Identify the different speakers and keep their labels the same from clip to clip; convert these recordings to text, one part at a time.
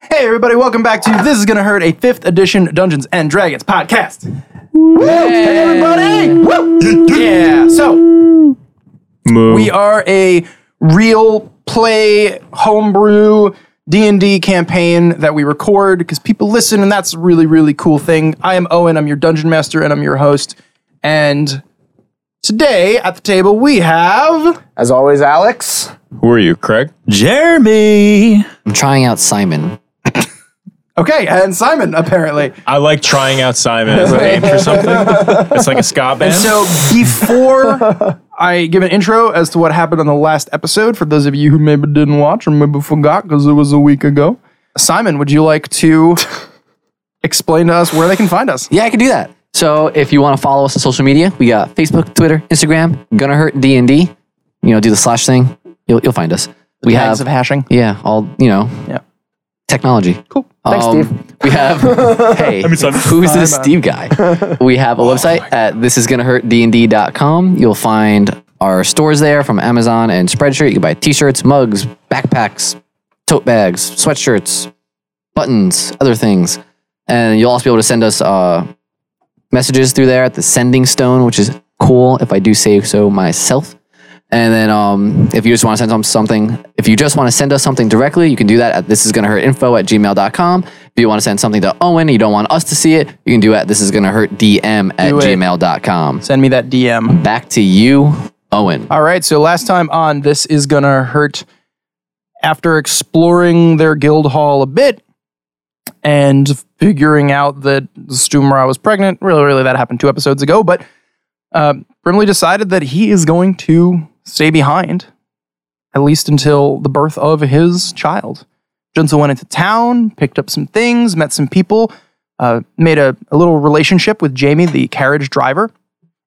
Speaker 1: Hey everybody, welcome back to This Is Gonna Hurt, a fifth edition Dungeons and Dragons podcast. Hey everybody! Yeah. So
Speaker 2: Moo.
Speaker 1: we are a real play homebrew D and D campaign that we record because people listen, and that's a really really cool thing. I am Owen. I'm your dungeon master, and I'm your host. And today at the table we have
Speaker 3: As always, Alex.
Speaker 2: Who are you, Craig?
Speaker 4: Jeremy.
Speaker 5: I'm trying out Simon.
Speaker 1: okay, and Simon apparently.
Speaker 2: I like trying out Simon as a name for something. It's like a ska band.
Speaker 1: So before I give an intro as to what happened on the last episode, for those of you who maybe didn't watch or maybe forgot because it was a week ago, Simon, would you like to explain to us where they can find us?
Speaker 5: Yeah, I can do that. So if you want to follow us on social media, we got Facebook, Twitter, Instagram, Gonna Hurt D and D. You know, do the slash thing. You'll you'll find us. we
Speaker 1: Tags
Speaker 5: have
Speaker 1: of hashing.
Speaker 5: yeah, all you know,
Speaker 1: Yeah.
Speaker 5: technology.
Speaker 1: Cool.
Speaker 3: Thanks,
Speaker 5: Um,
Speaker 3: Steve.
Speaker 5: We have hey, who's this Steve guy? We have a website at this is gonna hurt dnd.com. You'll find our stores there from Amazon and Spreadshirt. You can buy t-shirts, mugs, backpacks, tote bags, sweatshirts, buttons, other things. And you'll also be able to send us uh, messages through there at the sending stone, which is cool if I do say so myself. And then um, if you just want to send us something, if you just want to send us something directly, you can do that at this is gonna hurt info at gmail.com. If you want to send something to Owen and you don't want us to see it, you can do it at this is gonna hurt DM at
Speaker 1: Do it.
Speaker 5: gmail.com.
Speaker 1: Send me that DM.
Speaker 5: Back to you, Owen.
Speaker 1: All right. So last time on, this is gonna hurt. After exploring their guild hall a bit and figuring out that Stumra was pregnant, really, really, that happened two episodes ago. But uh, Brimley decided that he is going to stay behind, at least until the birth of his child. Junsa went into town, picked up some things, met some people, uh, made a, a little relationship with Jamie, the carriage driver,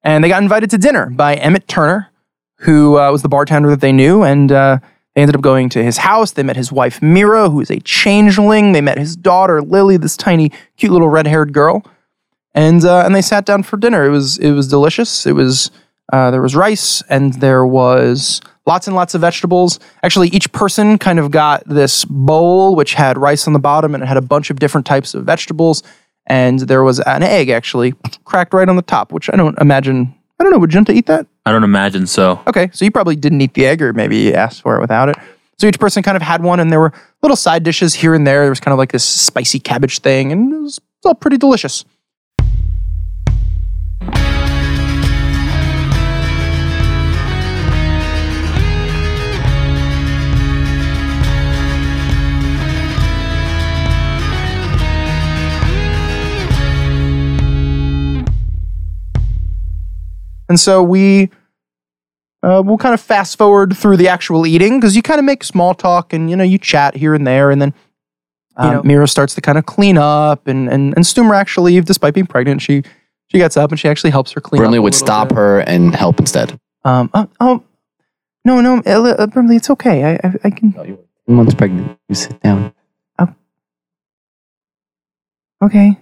Speaker 1: and they got invited to dinner by Emmett Turner, who uh, was the bartender that they knew, and uh, they ended up going to his house. They met his wife Mira, who is a changeling. They met his daughter Lily, this tiny, cute little red-haired girl, and uh, and they sat down for dinner. It was it was delicious. It was uh, there was rice and there was lots and lots of vegetables. Actually, each person kind of got this bowl which had rice on the bottom and it had a bunch of different types of vegetables. And there was an egg actually cracked right on the top, which I don't imagine. I don't know. Would Junta eat that?
Speaker 4: I don't imagine so.
Speaker 1: Okay, so you probably didn't eat the egg, or maybe you asked for it without it. So each person kind of had one, and there were little side dishes here and there. There was kind of like this spicy cabbage thing, and it was all pretty delicious. And so we uh, we'll kind of fast forward through the actual eating because you kind of make small talk and you know you chat here and there and then you know Mira starts to kind of clean up and and and Stumer actually despite being pregnant she she gets up and she actually helps her clean
Speaker 5: Brimley
Speaker 1: up a
Speaker 5: would
Speaker 1: little
Speaker 5: stop
Speaker 1: bit.
Speaker 5: her and help instead.
Speaker 1: um oh, oh no no Ella- uh, Brimley it's okay I I, I can
Speaker 5: Months pregnant. You sit down.
Speaker 1: okay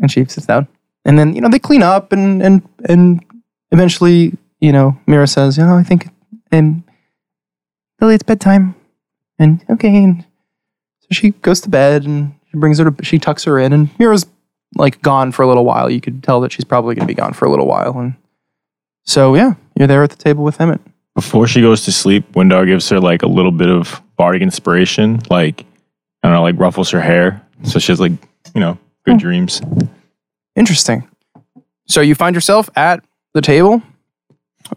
Speaker 1: and she sits down and then you know they clean up and and and eventually you know mira says you know i think and lily it's bedtime and okay and so she goes to bed and she brings her to she tucks her in and mira's like gone for a little while you could tell that she's probably going to be gone for a little while and so yeah you're there at the table with emmett
Speaker 2: Before she goes to sleep, Windar gives her like a little bit of bardic inspiration, like I don't know, like ruffles her hair, so she has like you know
Speaker 1: Hmm.
Speaker 2: good dreams.
Speaker 1: interesting so you find yourself at the table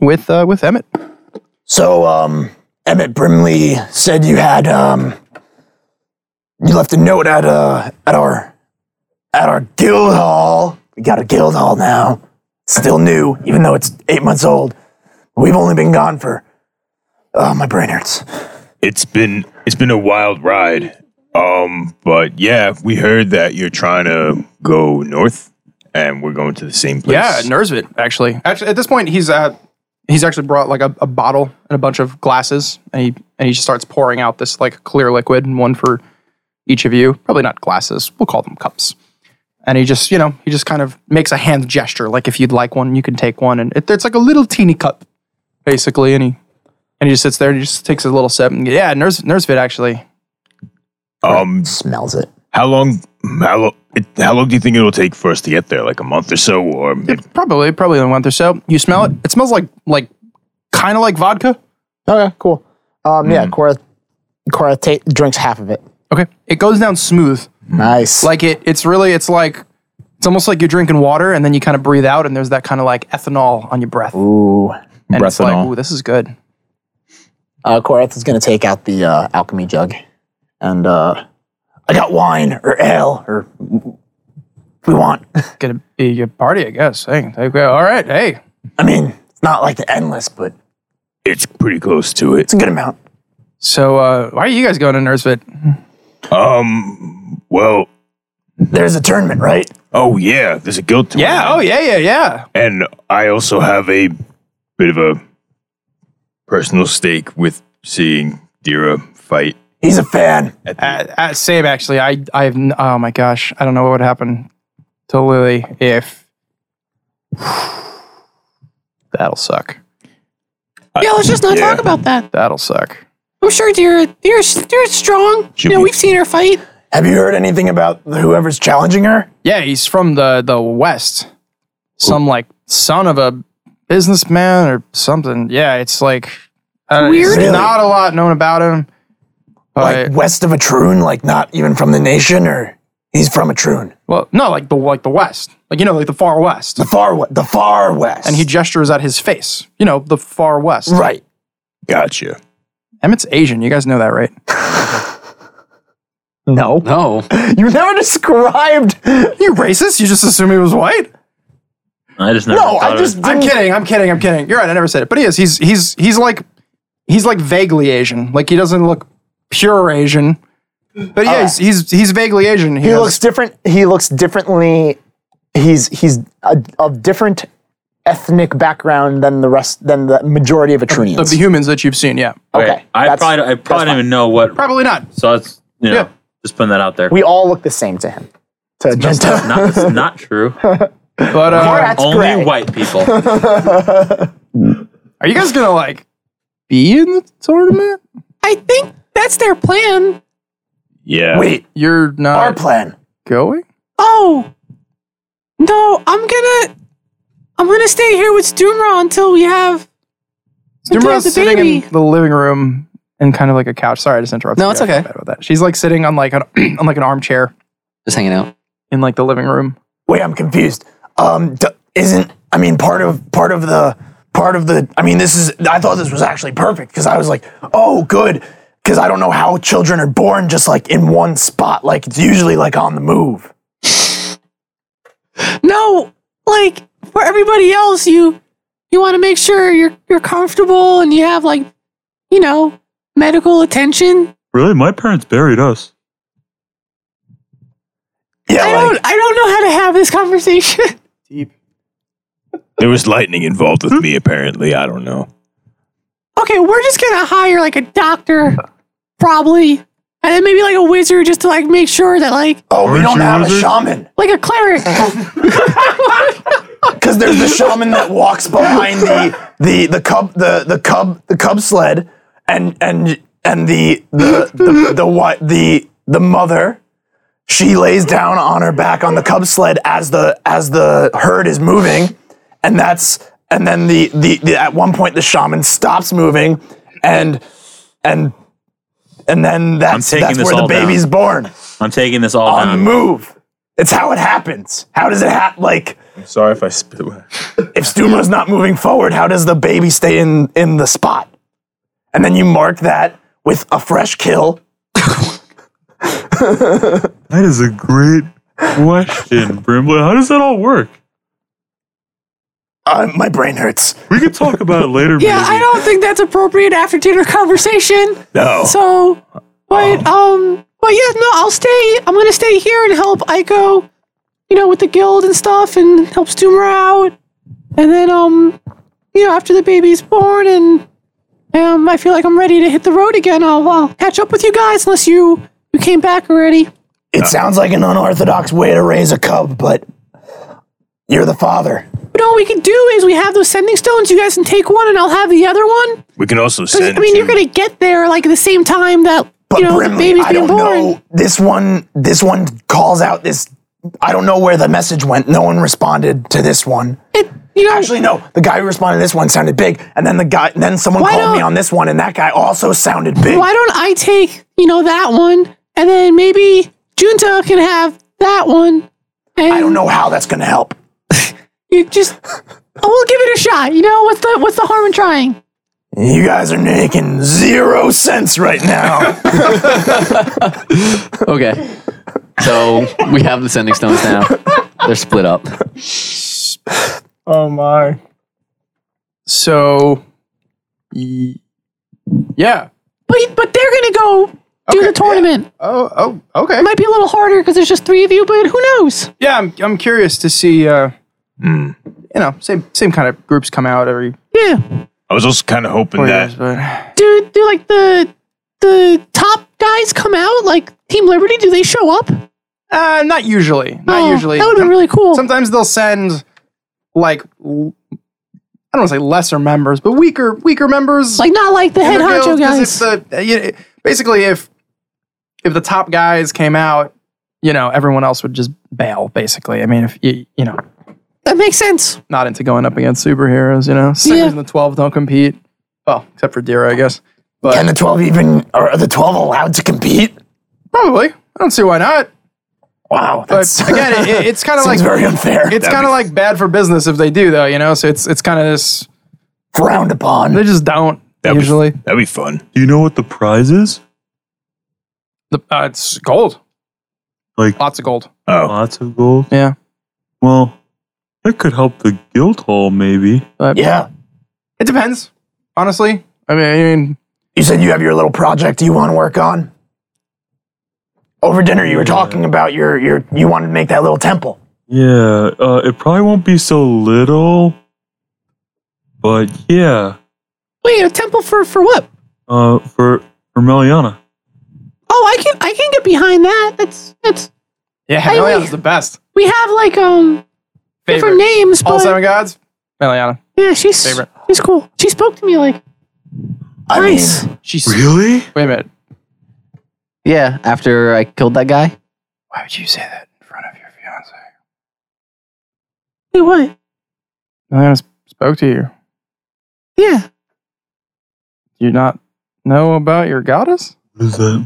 Speaker 1: with uh, with emmett
Speaker 3: So, um, Emmett Brimley said you had, um, you left a note at, uh, at our, at our guild hall. We got a guild hall now. Still new, even though it's eight months old. We've only been gone for, oh, my brain hurts.
Speaker 2: It's been it's been a wild ride, um, but yeah, we heard that you're trying to go north, and we're going to the same place.
Speaker 1: Yeah, Nersvit, actually. Actually, at this point, he's uh, he's actually brought like a, a bottle and a bunch of glasses, and he and he just starts pouring out this like clear liquid, and one for each of you. Probably not glasses. We'll call them cups. And he just, you know, he just kind of makes a hand gesture, like if you'd like one, you can take one, and it, it's like a little teeny cup, basically. And he and he just sits there and he just takes a little sip, and yeah, Ners Nersvit actually
Speaker 2: Um,
Speaker 3: Smells it.
Speaker 2: how long? How, lo- it, how long do you think it'll take for us to get there? Like a month or so, or maybe,
Speaker 1: Probably, probably in a month or so. You smell it? It smells like like kind of like vodka.
Speaker 6: Okay, cool. Um,
Speaker 3: Mm.
Speaker 6: yeah, Cora, Cora ta drinks half of it.
Speaker 1: Okay. It goes down smooth.
Speaker 6: Nice.
Speaker 1: Like it it's really it's like it's almost like you're drinking water and then you kind of breathe out and there's that kind of like ethanol on your breath.
Speaker 6: Ooh.
Speaker 1: and it's like,
Speaker 2: breathanol.
Speaker 1: ooh, this is good.
Speaker 6: Uh, Korath is going to take out the uh, alchemy jug, and uh,
Speaker 3: I got wine or ale or we want.
Speaker 1: Gonna be your party, I guess. Hey, okay, all right, hey.
Speaker 3: I mean, it's not like the endless, but
Speaker 2: it's pretty close to it.
Speaker 3: it's a good amount.
Speaker 1: So uh why are you guys going to Nursefit?
Speaker 2: Um, well,
Speaker 3: There's a tournament, right?
Speaker 2: oh yeah, there's a guild tour.
Speaker 1: Yeah, oh yeah, yeah, yeah.
Speaker 2: and I also have a bit of a personal stake with seeing Dira fight.
Speaker 3: He's a fan.
Speaker 2: At the,
Speaker 1: Uh, uh, same actually. I I've n- oh my gosh, I don't know what would happen to Lily if that'll suck.
Speaker 7: Yeah, let's just not
Speaker 2: Yeah.
Speaker 7: talk about that.
Speaker 1: That'll suck.
Speaker 7: I'm sure dear, dear, dear strong.
Speaker 2: Should
Speaker 7: you know,
Speaker 2: we-
Speaker 7: we've seen her fight.
Speaker 3: Have you heard anything about whoever's challenging her?
Speaker 1: Yeah, he's from the the west. Some like son of a businessman or something. Yeah, it's like uh,
Speaker 7: Weird.
Speaker 1: There's
Speaker 3: Really?
Speaker 1: not a lot known about him. But
Speaker 3: Like west of Atroon, like not even from the nation, or he's from Atroon,
Speaker 1: well, no, like the like the west, like you know, like the far west.
Speaker 3: the far we- the far west.
Speaker 1: And he gestures at his face. You know, the far west.
Speaker 3: right.
Speaker 2: gotcha.
Speaker 1: Emmett's Asian. You guys know that, right?
Speaker 6: no,
Speaker 5: No.
Speaker 6: you never described.
Speaker 1: You racist? You just assume he was white?
Speaker 4: I just never
Speaker 6: No,
Speaker 4: thought
Speaker 6: I
Speaker 4: of-
Speaker 6: just
Speaker 1: I'm
Speaker 6: didn't-
Speaker 1: kidding. I'm kidding. I'm kidding. You're right. I never said it, but he is. He's he's he's like he's like vaguely Asian. Like he doesn't look pure Asian, but yeah, he's, he's he's vaguely Asian.
Speaker 6: He
Speaker 1: has-
Speaker 6: looks different. He looks differently. He's he's a, of different ethnic background than the rest than the majority of
Speaker 1: of
Speaker 6: Etrunians.
Speaker 1: the humans that you've seen. Yeah,
Speaker 6: okay,
Speaker 4: I
Speaker 6: that's-
Speaker 4: probably I probably don't even know what.
Speaker 1: probably not.
Speaker 4: So that's you know
Speaker 1: Yeah.
Speaker 4: just putting that out there.
Speaker 6: we all look the same to him. To Gentile.
Speaker 4: not that's not true.
Speaker 1: But uh,
Speaker 6: Alright. That's
Speaker 4: Only
Speaker 6: gray.
Speaker 4: white people.
Speaker 1: are you guys gonna like be in the tournament?
Speaker 7: I think that's their plan.
Speaker 2: Yeah.
Speaker 3: Wait,
Speaker 1: You're not
Speaker 3: our plan.
Speaker 1: going.
Speaker 7: Oh no, I'm gonna, I'm gonna stay here with Stumra until we have. until we have
Speaker 1: Dumra's
Speaker 7: the
Speaker 1: sitting
Speaker 7: baby.
Speaker 1: in the living room and kind of like a couch. Sorry, I just interrupted.
Speaker 5: No,
Speaker 1: you.
Speaker 5: it's
Speaker 1: I feel
Speaker 5: okay.
Speaker 1: bad About that. She's like sitting on like an on like an armchair
Speaker 5: Just hanging out.
Speaker 1: in like the living room.
Speaker 3: Wait, I'm confused. Um, d- isn't I mean part of part of the part of the I mean this is I thought this was actually perfect because I was like, oh good, because I don't know how children are born just like in one spot. Like it's usually like on the move.
Speaker 7: No, like for everybody else, you you want to make sure you're you're comfortable and you have like, you know, medical attention.
Speaker 8: Really? My parents buried us.
Speaker 3: Yeah,
Speaker 7: I
Speaker 3: like
Speaker 7: don't I don't know how to have this conversation.
Speaker 2: There was lightning involved with me, apparently. I don't know.
Speaker 7: okay, we're just gonna hire like a doctor, probably, and then maybe like a wizard just to like make sure that like
Speaker 3: oh we
Speaker 8: Aren't
Speaker 3: don't
Speaker 8: you
Speaker 3: have a
Speaker 8: wizard?
Speaker 3: shaman
Speaker 7: like a cleric.
Speaker 3: because there's the shaman that walks behind the the the cub the the cub the cub sled and and and the the the, the what the the mother. She lays down on her back on the cub sled as the as the herd is moving, and that's and then the the, the at one point the shaman stops moving, and and and then that's
Speaker 4: taking
Speaker 3: that's
Speaker 4: this
Speaker 3: where the
Speaker 4: all down. Um,
Speaker 3: baby's born
Speaker 4: I'm taking this all
Speaker 3: on the
Speaker 4: down.
Speaker 3: move. It's how it happens. How does it happen? Like
Speaker 2: I'm sorry if I spit.
Speaker 3: if Stuma's not moving forward, how does the baby stay in, in the spot? And then you mark that with a fresh kill.
Speaker 8: That is a great question, Brimble. How does that all work?
Speaker 3: Uh, my brain hurts.
Speaker 8: We could talk about it later.
Speaker 7: yeah,
Speaker 8: maybe.
Speaker 7: I don't think that's appropriate after dinner conversation.
Speaker 2: No.
Speaker 7: So, but um, but yeah, no, I'll stay. I'm gonna stay here and help Iko, you know, with the guild and stuff, and help Stumer out. And then um, you know, after the baby's born and um, I feel like I'm ready to hit the road again. I'll, I'll catch up with you guys unless you you came back already.
Speaker 3: It sounds like an unorthodox way to raise a cub, but you're the father.
Speaker 7: But all we can do is we have those sending stones. You guys can take one, and I'll have the other one.
Speaker 2: We can also
Speaker 7: 'Cause,
Speaker 2: send.
Speaker 7: I mean, you're
Speaker 2: two-
Speaker 7: gonna get there like at the same time that
Speaker 3: But
Speaker 7: you know, the
Speaker 3: Brimley,
Speaker 7: baby's
Speaker 3: I
Speaker 7: being
Speaker 3: don't
Speaker 7: born.
Speaker 3: know. This one, this one calls out this. I don't know where the message went. No one responded to this one.
Speaker 7: It, you know,
Speaker 3: Actually, no. The guy who responded to this one sounded big, and then the guy, and then someone
Speaker 7: Why
Speaker 3: called me
Speaker 7: don't-
Speaker 3: on this one, and that guy also sounded big.
Speaker 7: why don't I take, you know, that one and then maybe Junta can have that one. And
Speaker 3: I don't know how that's gonna help.
Speaker 7: You just oh, we'll give it a shot. You know, what's the what's the harm in trying?
Speaker 3: You guys are making zero sense right now.
Speaker 5: Okay. So we have the sending stones now. They're split up.
Speaker 1: Oh my. So, y- yeah.
Speaker 7: But but they're gonna go do the tournament.
Speaker 1: Oh, oh, okay.
Speaker 7: It might be a little harder because there's just three of you, but who knows?
Speaker 1: Yeah, I'm, I'm curious to see. Uh, You know, same same kind of groups come out every
Speaker 7: Yeah,
Speaker 2: I was also kind of hoping
Speaker 1: four
Speaker 2: that
Speaker 1: years, but
Speaker 7: do do like the the top guys come out like Team Liberty? Do they show up?
Speaker 1: uh, not usually. Not
Speaker 7: Oh,
Speaker 1: usually.
Speaker 7: That would have been
Speaker 1: Some-
Speaker 7: really cool.
Speaker 1: Sometimes they'll send like l- I don't want to say lesser members, but weaker weaker members.
Speaker 7: like not like the
Speaker 1: in
Speaker 7: head
Speaker 1: their
Speaker 7: honcho
Speaker 1: guilds, 'cause
Speaker 7: guys.
Speaker 1: If the, uh, you- basically, if if the top guys came out, you know, everyone else would just bail. Basically, I mean, if you you know,
Speaker 7: that makes sense.
Speaker 1: not into going up against superheroes. You know, singers
Speaker 7: Yeah.
Speaker 1: and the twelve don't compete. Well, except for Dira, I guess.
Speaker 3: Can the twelve even? Are the twelve allowed to compete?
Speaker 1: Probably. I don't see why not.
Speaker 3: Wow,
Speaker 1: But
Speaker 3: that's
Speaker 1: again, it, it- it's kind of like
Speaker 3: seems very unfair.
Speaker 1: it's kind of like bad for business if they do, though. You know, so it's it's kind of this.
Speaker 3: frowned upon.
Speaker 1: They just don't
Speaker 2: that'd
Speaker 1: usually.
Speaker 2: be, that'd be fun.
Speaker 8: Do you know what the prize is?
Speaker 1: The, uh, it's gold.
Speaker 8: Like-
Speaker 1: lots of gold.
Speaker 2: Oh,
Speaker 8: Lots of gold.
Speaker 1: Yeah.
Speaker 8: Well, that could help the guild hall, maybe.
Speaker 1: But
Speaker 3: Yeah,
Speaker 1: it depends. Honestly, I mean, I mean,
Speaker 3: you said you have your little project you want to work on. Over dinner, you were talking about your your you wanted to make that little temple.
Speaker 8: Yeah. Uh, it probably won't be so little, but yeah.
Speaker 7: Wait, a temple for for what?
Speaker 8: Uh, for for Meliana.
Speaker 7: Oh, I can I can get behind that. That's that's
Speaker 1: yeah,
Speaker 7: Hey,
Speaker 1: Meliana's
Speaker 7: wait.
Speaker 1: the best.
Speaker 7: we have like um
Speaker 1: Favorite.
Speaker 7: different names,
Speaker 1: All
Speaker 7: but
Speaker 1: seven gods. Meliana.
Speaker 7: yeah, she's
Speaker 1: Favorite.
Speaker 7: she's cool. She spoke to me like
Speaker 3: I
Speaker 7: nice.
Speaker 3: mean,
Speaker 1: She's
Speaker 8: Really?
Speaker 1: wait a minute.
Speaker 5: Yeah, after I killed that guy.
Speaker 1: Why would you say that in front of your fiance?
Speaker 7: Wait, what?
Speaker 1: Meliana sp- spoke to you.
Speaker 7: Yeah.
Speaker 1: Do you not know about your goddess?
Speaker 8: What is that?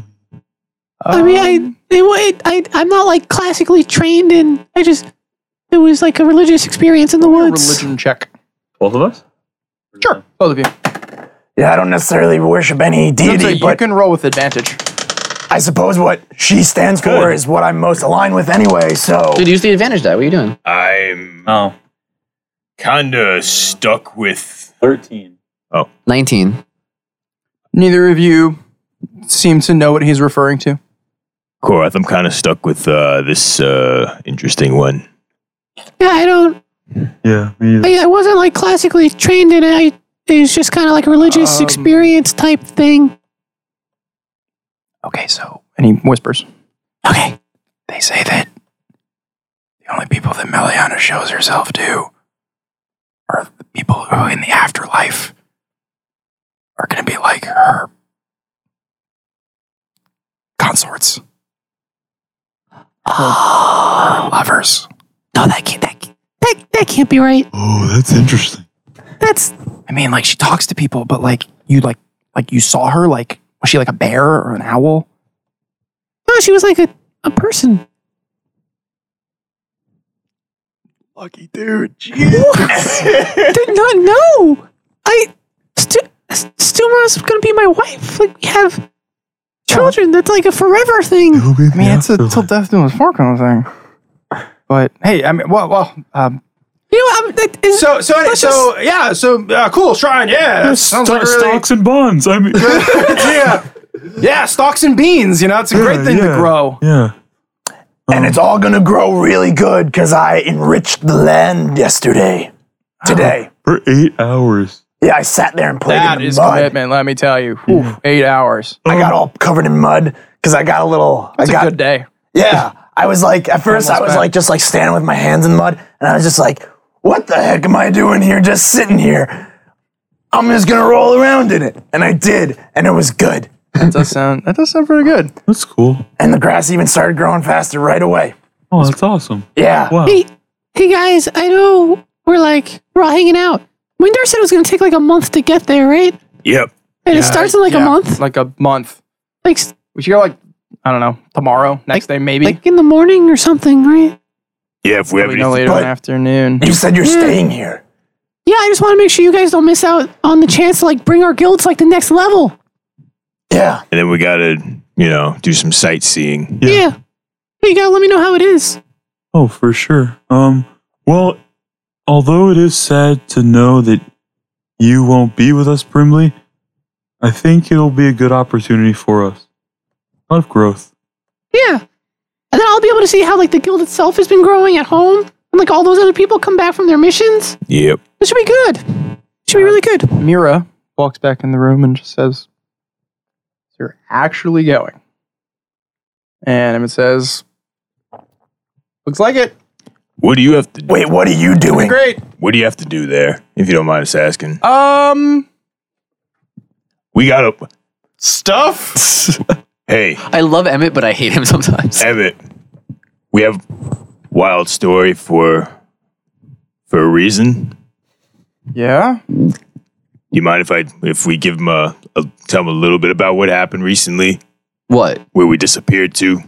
Speaker 7: I mean,
Speaker 1: Um,
Speaker 7: I, it, wa- it, I, I'm not like classically trained in. I just, it was like a religious experience in the
Speaker 1: a
Speaker 7: woods.
Speaker 1: religion check.
Speaker 4: Both of us?
Speaker 1: Sure, both of you.
Speaker 3: yeah, I don't necessarily worship any
Speaker 1: So
Speaker 3: deity,
Speaker 1: you
Speaker 3: but
Speaker 1: can roll with advantage.
Speaker 3: I suppose what she stands for is what I'm most aligned with anyway. So
Speaker 5: Dude, use the advantage die. What are you doing?
Speaker 2: I'm
Speaker 4: Oh.
Speaker 2: kind of stuck with
Speaker 4: 13.
Speaker 5: 19.
Speaker 1: Neither of you seem to know what he's referring to.
Speaker 2: Korath. I'm kind of stuck with uh, this uh, interesting one.
Speaker 7: Yeah, I don't,
Speaker 8: Yeah. Me either.
Speaker 7: I, I wasn't like classically trained in it. I, it was just kind of like a religious
Speaker 1: Um,
Speaker 7: experience type thing.
Speaker 1: Okay, so and he whispers.
Speaker 3: okay,
Speaker 1: They say that the only people that Meliana shows herself to are the people who in the afterlife are going to be like her consorts. Her, her lovers.
Speaker 7: No, that can't, that, can't- that, that can't be right.
Speaker 8: Oh, that's interesting.
Speaker 7: That's,
Speaker 1: I mean, like she talks to people, but like you like like you saw her like was she like a bear or an owl?
Speaker 7: no, she was like a, a person.
Speaker 1: Lucky dude.
Speaker 7: Dude, no, no. I, Stu, Stuma's gonna be my wife. Like, we have children. That's like a forever thing.
Speaker 8: It'll be
Speaker 1: I mean,
Speaker 8: the
Speaker 1: it's a till
Speaker 8: afterlife.
Speaker 1: death do us part kind of thing. But hey, I mean, well, well, um,
Speaker 7: You know, I'm, that is,
Speaker 1: so so
Speaker 7: Let's
Speaker 1: so yeah, so uh, cool shrine, yeah, that sounds like a really
Speaker 8: stocks and bonds. I mean,
Speaker 1: yeah, yeah, stocks and beans. You know, it's a great thing to
Speaker 8: yeah.
Speaker 1: grow.
Speaker 8: yeah.
Speaker 3: and it's all gonna grow really good because I enriched the land yesterday, today.
Speaker 8: For eight hours.
Speaker 3: Yeah, I sat there and played
Speaker 1: That
Speaker 3: in the
Speaker 1: is
Speaker 3: mud.
Speaker 1: commitment, let me tell you. Oof, eight hours.
Speaker 3: I got all covered in mud because I got a little.
Speaker 1: That's
Speaker 3: I got
Speaker 1: a good day.
Speaker 3: Yeah. I was like, at first, I was
Speaker 1: back.
Speaker 3: like, just like standing with my hands in mud. And I was just like, what the heck am I doing here? Just sitting here. I'm just going to roll around in it. And I did. And it was good.
Speaker 1: That does sound that does sound pretty good.
Speaker 8: That's cool.
Speaker 3: And the grass even started growing faster right away.
Speaker 8: Oh, that's awesome.
Speaker 3: Yeah.
Speaker 8: Wow.
Speaker 7: Hey, hey guys, I know we're like we're all hanging out. Windar said it was gonna take like a month to get there, right?
Speaker 2: Yep.
Speaker 7: And it starts in like a
Speaker 1: Yeah,
Speaker 7: month,
Speaker 1: Like a month.
Speaker 7: like s-
Speaker 1: We should go like I don't know tomorrow, next day maybe.
Speaker 7: like in the morning or something, right?
Speaker 2: Yeah, if we have
Speaker 1: Probably no
Speaker 2: anything.
Speaker 1: later in
Speaker 3: but-
Speaker 1: the afternoon.
Speaker 3: You said you're staying here.
Speaker 7: Yeah, I just want to make sure you guys don't miss out on the chance to like bring our guild to like the next level.
Speaker 3: Yeah.
Speaker 2: And then we gotta, you know, do some sightseeing.
Speaker 8: Yeah.
Speaker 7: Yeah. Hey, you gotta let me know how it is.
Speaker 8: Oh, for sure. Um, well, although it is sad to know that you won't be with us, Brimley, I think it'll be a good opportunity for us. A lot of growth.
Speaker 7: Yeah. And then I'll be able to see how like the guild itself has been growing at home. And like all those other people come back from their missions.
Speaker 2: Yep.
Speaker 7: This should be good. Should be really good.
Speaker 1: Mira walks back in the room and just says, "You're actually going." And Emmett says, "Looks like it.
Speaker 2: What do you have to
Speaker 3: Wait, what are you doing?
Speaker 1: Great.
Speaker 2: What do you have to do there? If you don't mind us asking,
Speaker 1: Um,
Speaker 2: we gotta.
Speaker 1: stuff.
Speaker 2: Hey,
Speaker 5: I love Emmett, but I hate him sometimes.
Speaker 2: Emmett, we have wild story for for a reason.
Speaker 1: yeah.
Speaker 2: Do you mind if I if we give him a, a tell him a little bit about what happened recently,
Speaker 5: What?
Speaker 2: where we disappeared to?
Speaker 7: No,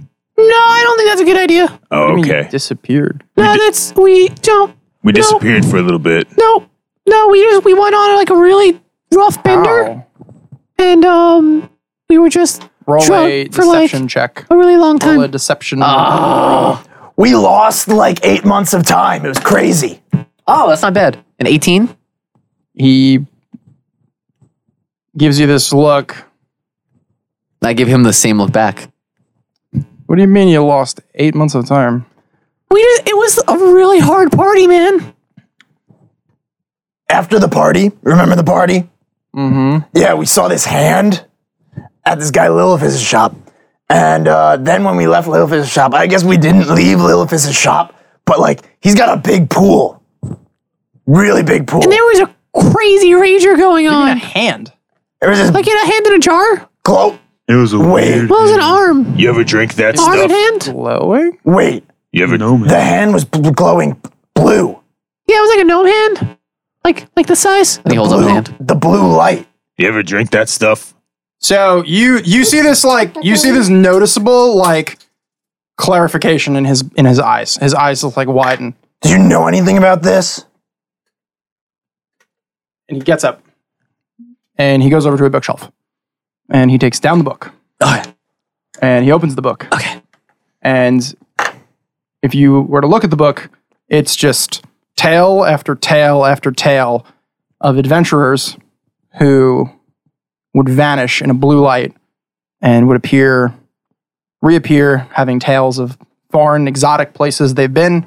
Speaker 7: I don't think that's a good idea.
Speaker 1: I
Speaker 2: Oh,
Speaker 1: mean, you
Speaker 2: okay.
Speaker 1: disappeared.
Speaker 7: No, that's we don't
Speaker 2: We disappeared for a little bit.
Speaker 7: no no we just we went on like a really rough bender
Speaker 1: Ow.
Speaker 7: and um we were just
Speaker 1: Roll a
Speaker 7: Drunk for, Ah. like-
Speaker 1: deception check.
Speaker 7: a really long
Speaker 1: Roll a
Speaker 7: time.
Speaker 1: deception.
Speaker 3: We lost like eight months of time. It was crazy.
Speaker 5: Oh, that's not bad. An 18?
Speaker 1: he gives you this look.
Speaker 5: I give him the same look back.
Speaker 1: What do you mean you lost eight months of time?
Speaker 7: We just, it was a really hard party, man.
Speaker 3: After the party, remember the party?
Speaker 1: Mm-hmm.
Speaker 3: Yeah, we saw this hand at this guy Lilith's shop. And uh, then when we left Lilith's shop, I guess we didn't leave Lilith's shop, but like he's got a big pool. Really big pool.
Speaker 7: There was a crazy rager going on.
Speaker 1: hand.
Speaker 3: There was this
Speaker 7: Like in a hand in a jar?
Speaker 3: glow.
Speaker 8: It was a
Speaker 3: Wait.
Speaker 8: weird.
Speaker 7: Well, it was an arm.
Speaker 2: You ever drink that
Speaker 7: Arm in
Speaker 2: stuff?
Speaker 7: hand?
Speaker 1: Glowing?
Speaker 3: Wait,
Speaker 2: You ever?
Speaker 8: no,
Speaker 3: the
Speaker 8: man.
Speaker 3: hand was bl- glowing blue.
Speaker 7: Yeah, it was like a gnome hand. Like like the size.
Speaker 5: And he holds up
Speaker 3: blue
Speaker 5: his hand.
Speaker 3: The blue light.
Speaker 2: You ever drink that stuff?
Speaker 1: So you you see this like you see this noticeable like clarification in his in his eyes. His eyes look like widen,
Speaker 3: Do you know anything about this?
Speaker 1: and he gets up, and he goes over to a bookshelf, and he takes down the book, and he opens the book. Okay. And if you were to look at the book, it's just tale after tale after tale of adventurers who would vanish in a blue light and would appear, reappear, having tales of foreign, exotic places they've been,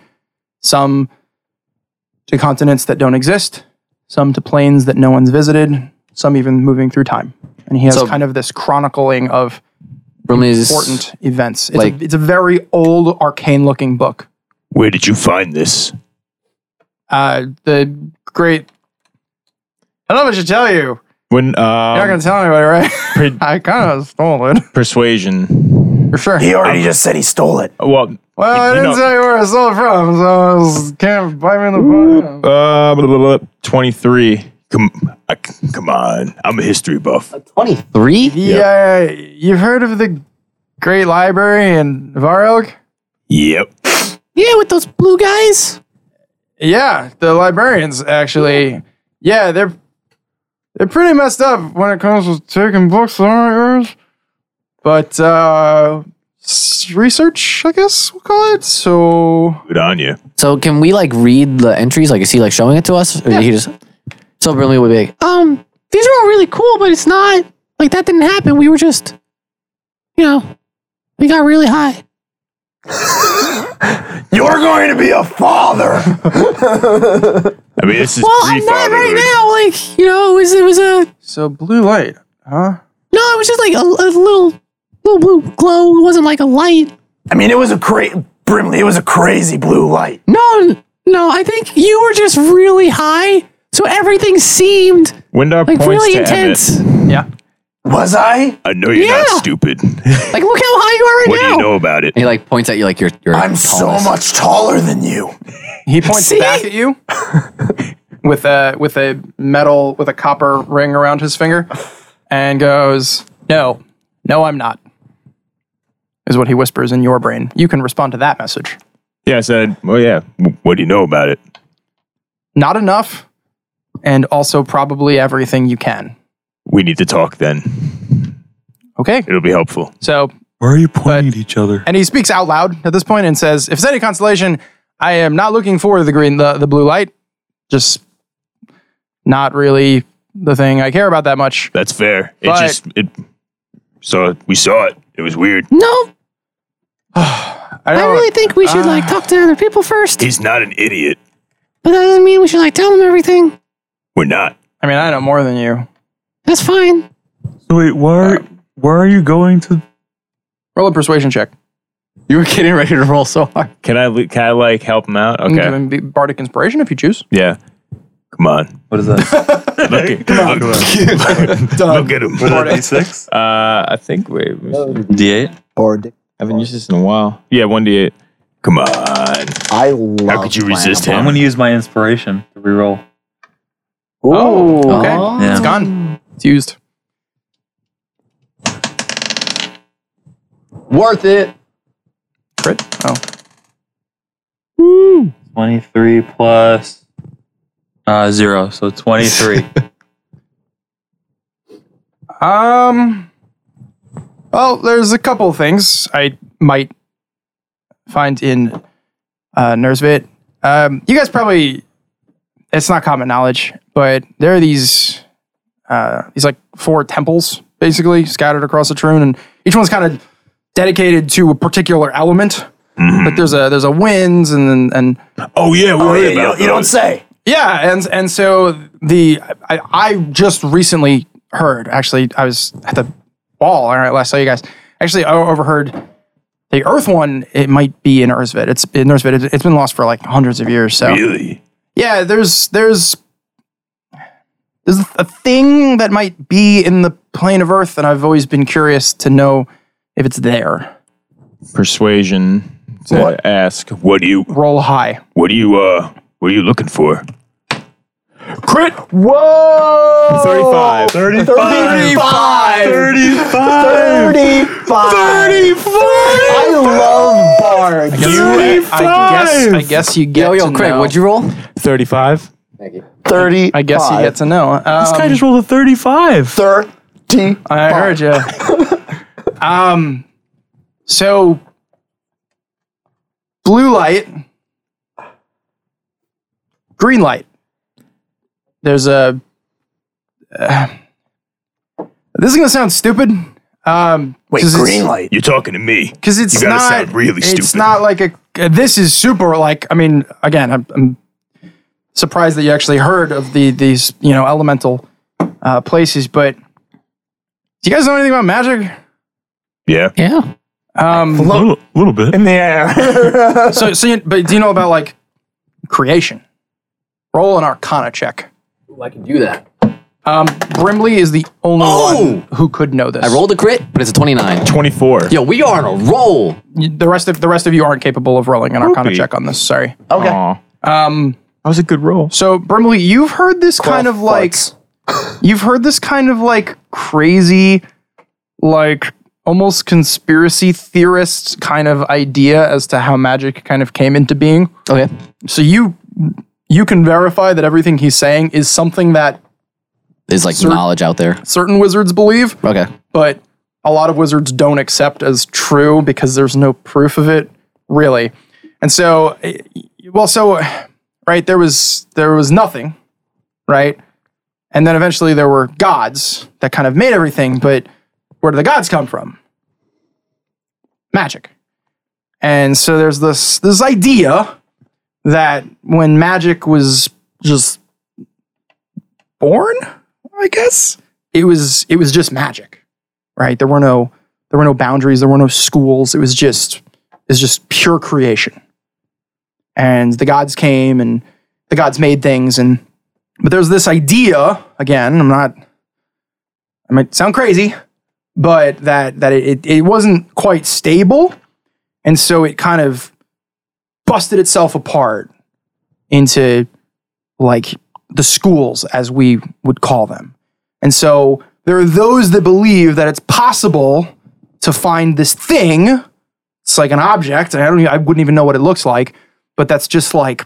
Speaker 1: some to continents that don't exist, some to planes that no one's visited, some even moving through time. And he has
Speaker 5: So-
Speaker 1: kind of this chronicling of
Speaker 5: Brimley's
Speaker 1: important events. It's,
Speaker 5: like-
Speaker 1: a, it's a very old, arcane looking book.
Speaker 2: Where did you find this?
Speaker 1: Uh, the great. I don't know what to tell you.
Speaker 2: When
Speaker 1: You're not going
Speaker 2: uh,
Speaker 1: to tell anybody, right?
Speaker 2: pre-
Speaker 1: I kind of stole it.
Speaker 2: persuasion.
Speaker 1: For sure.
Speaker 3: He already just said he stole it.
Speaker 2: Well, uh,
Speaker 1: Well, I
Speaker 2: You
Speaker 1: didn't
Speaker 2: know-
Speaker 1: tell you where I stole it from, so I was, can't bite me in the butt.
Speaker 2: Uh, blah, blah, blah, 23. Come, I, come on. I'm a history buff.
Speaker 5: 23?
Speaker 1: Yeah, you've heard of the Great Library in Varelg?
Speaker 2: Yep.
Speaker 7: Yeah, with those blue guys.
Speaker 1: Yeah, the librarians actually. Yeah, they're they're pretty messed up when it comes to taking books that aren't yours. But uh, s- research, I guess we'll call it. So
Speaker 2: Good on you.
Speaker 5: So can we like read the entries? Like is he like showing it to us? Or he just So Brimley would be like,
Speaker 7: Um, these are all really cool, but it's not like that didn't happen. We were just you know, we got really high.
Speaker 3: You're going to be a father.
Speaker 2: I mean, this is
Speaker 7: Well,
Speaker 2: pre
Speaker 7: I'm not right
Speaker 2: fatherhood.
Speaker 7: now, like, you know, it was it was a
Speaker 1: so blue light, huh?
Speaker 7: No, it was just like a, a little, little blue glow. It wasn't like a light.
Speaker 3: I mean, it was a cra- Brimley. It was a crazy blue light.
Speaker 7: No, no, I think you were just really high, so everything seemed
Speaker 2: Windar
Speaker 7: like
Speaker 2: points
Speaker 7: really
Speaker 2: to
Speaker 7: intense.
Speaker 2: Emmett.
Speaker 1: Yeah.
Speaker 3: Was I?
Speaker 2: I know you're not
Speaker 7: Yeah.
Speaker 2: stupid.
Speaker 7: Like, look how high you are right
Speaker 2: what do
Speaker 7: now.
Speaker 2: you know about it?
Speaker 5: And he like points at you like you're. you're
Speaker 3: I'm so
Speaker 5: tallest.
Speaker 3: much taller than you.
Speaker 1: He points back at you with a with a metal with a copper ring around his finger and goes, "No. No, I'm not." Is what he whispers in your brain. You can respond to that message.
Speaker 2: Yeah, I said, well, yeah. W- What do you know about it?
Speaker 1: Not enough and also probably everything you can.
Speaker 2: We need to talk then.
Speaker 1: Okay.
Speaker 2: It'll be helpful.
Speaker 1: So,
Speaker 8: Why are you pointing at each other?
Speaker 1: and he speaks out loud at this point and says, "If it's any consolation, I am not looking for the green the, the blue light. Just not really the thing I care about that much."
Speaker 2: That's fair. It
Speaker 1: But-
Speaker 2: just it. So we saw it. It was weird.
Speaker 7: No,
Speaker 1: I
Speaker 7: I
Speaker 1: know-
Speaker 7: really think we
Speaker 5: Ah.
Speaker 7: should like talk to other people first.
Speaker 2: He's not an idiot.
Speaker 7: But that doesn't mean we should like tell them everything.
Speaker 2: We're not.
Speaker 1: I mean, I know more than you.
Speaker 7: That's fine.
Speaker 8: So wait, why are, why are you going to?
Speaker 1: Roll a persuasion check.
Speaker 5: You were getting ready to roll so hard.
Speaker 2: Can I? li- Can I like help him out?
Speaker 1: You can give him bardic inspiration if you choose.
Speaker 2: Yeah. Come on.
Speaker 4: What is that?
Speaker 2: Look at, look, look at him.
Speaker 8: six.
Speaker 2: Uh, I think wait.
Speaker 4: D8?
Speaker 6: Or d-
Speaker 2: I haven't used this in a while. Yeah, one d eight. Come on.
Speaker 6: I love.
Speaker 2: How could you
Speaker 6: playing
Speaker 2: resist
Speaker 6: a
Speaker 4: I'm
Speaker 2: him?
Speaker 4: going to use my inspiration to reroll.
Speaker 1: Oh, okay.
Speaker 4: Yeah.
Speaker 1: It's gone. It's used.
Speaker 5: Worth it.
Speaker 1: Crit. Oh,
Speaker 4: 23 plus uh, 0. So 23.
Speaker 1: Um. Well, there's a couple things I might find in uh, Nersvit. Um, you guys probably it's not common knowledge, but there are these uh, these like four temples basically scattered across the Troon, and each one's kind of dedicated to a particular element. Like there's a there's a winds and and, and
Speaker 2: Oh yeah, we
Speaker 3: Oh, yeah,
Speaker 2: heard
Speaker 3: you,
Speaker 2: about
Speaker 3: don't, you don't
Speaker 2: those.
Speaker 3: say.
Speaker 1: yeah, and and so the I, I just recently heard. Actually, I was at the ball. All right, last saw you guys. Actually, I overheard the Earth one. It might be in Erzvid. It's in Erzvid. It's- it's been lost for like hundreds of years. So
Speaker 2: Really?
Speaker 1: yeah, there's there's there's a thing that might be in the plane of Earth, and I've always been curious to know if it's there.
Speaker 2: Persuasion. To ask what do you
Speaker 1: Roll high.
Speaker 2: what do you uh what are you looking for?
Speaker 1: Crit.
Speaker 6: Whoa!
Speaker 2: 35.
Speaker 6: 35.
Speaker 8: 35.
Speaker 6: 35. I love bards.
Speaker 1: I guess I guess you get
Speaker 5: Yo, yo,
Speaker 1: to
Speaker 5: Craig,
Speaker 1: know.
Speaker 5: what'd you roll?
Speaker 8: 35.
Speaker 6: Thirty.
Speaker 1: I guess you get to know. Um,
Speaker 8: I just rolled a 35.
Speaker 6: thirty.
Speaker 1: I heard you. um, so blue light, green light. There's a. uh, this is gonna sound stupid. Um,
Speaker 3: Wait,
Speaker 1: 'cause it's-
Speaker 3: green light.
Speaker 2: You're talking to me.
Speaker 1: because it's
Speaker 2: gotta
Speaker 1: not
Speaker 2: sound really
Speaker 1: It's
Speaker 2: stupid.
Speaker 1: not like a. uh, This is super. Like I mean, again, I'm, I'm surprised that you actually heard of the these you know elemental uh, places. But do you guys know anything about magic?
Speaker 2: Yeah.
Speaker 5: Yeah.
Speaker 1: Um,
Speaker 8: A little, little bit.
Speaker 6: in the air.
Speaker 1: so so you, but do you know about like creation? Roll an Arcana check.
Speaker 5: I can do that.
Speaker 1: Um, Brimley is the only
Speaker 2: Oh!
Speaker 1: one who could know this.
Speaker 5: I rolled a crit, but it's a 29.
Speaker 2: 24.
Speaker 5: Yo, we are on a roll.
Speaker 1: the rest of the rest of you aren't capable of rolling an Arcana
Speaker 2: Whoopee.
Speaker 1: check on this. Sorry.
Speaker 6: Okay.
Speaker 1: Um,
Speaker 2: That was a good roll.
Speaker 1: So Brimley, you've heard this kind of like you've heard this kind of like crazy like almost conspiracy theorist kind of idea as to how magic kind of came into being.
Speaker 5: Okay.
Speaker 1: So you you can verify that everything he's saying is something that
Speaker 5: There's like knowledge out there.
Speaker 1: certain wizards believe,
Speaker 5: Okay.
Speaker 1: but a lot of wizards don't accept as true because there's no proof of it, really. And so, eh, well, so right there was there was nothing, right, and then eventually there were gods that kind of made everything. But where do the gods come from? Magic. And so there's this this idea that when magic was just born, I guess it was it was just magic right? There were no there were no boundaries, there were no schools. It was just it was just pure creation. And the gods came and the gods made things and but there's this idea, again, I'm not I might sound crazy, but that that it, it wasn't quite stable, and so it kind of busted itself apart into like the schools as we would call them. And so there are those that believe that it's possible to find this thing. It's like an object. and I don't. e- I wouldn't even know what it looks like, but that's just like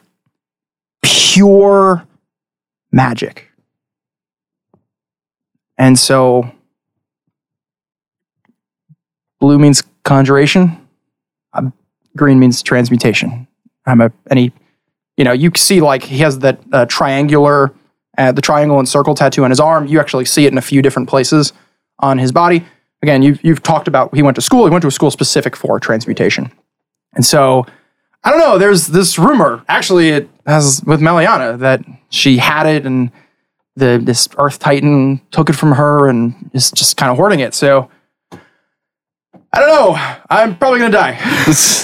Speaker 1: pure magic. And so, blue means conjuration. Um, green means transmutation. I'm a any. You know, you see like he has that uh, triangular, uh, the triangle and circle tattoo on his arm. You actually see it in a few different places on his body. Again, you've, you've talked about he went to school. He went to a school specific for transmutation. And so, I don't know. There's this rumor. Actually, it has with Meliana that she had it, and the this Earth Titan took it from her and is just kind of hoarding it. So I don't know. I'm probably gonna die.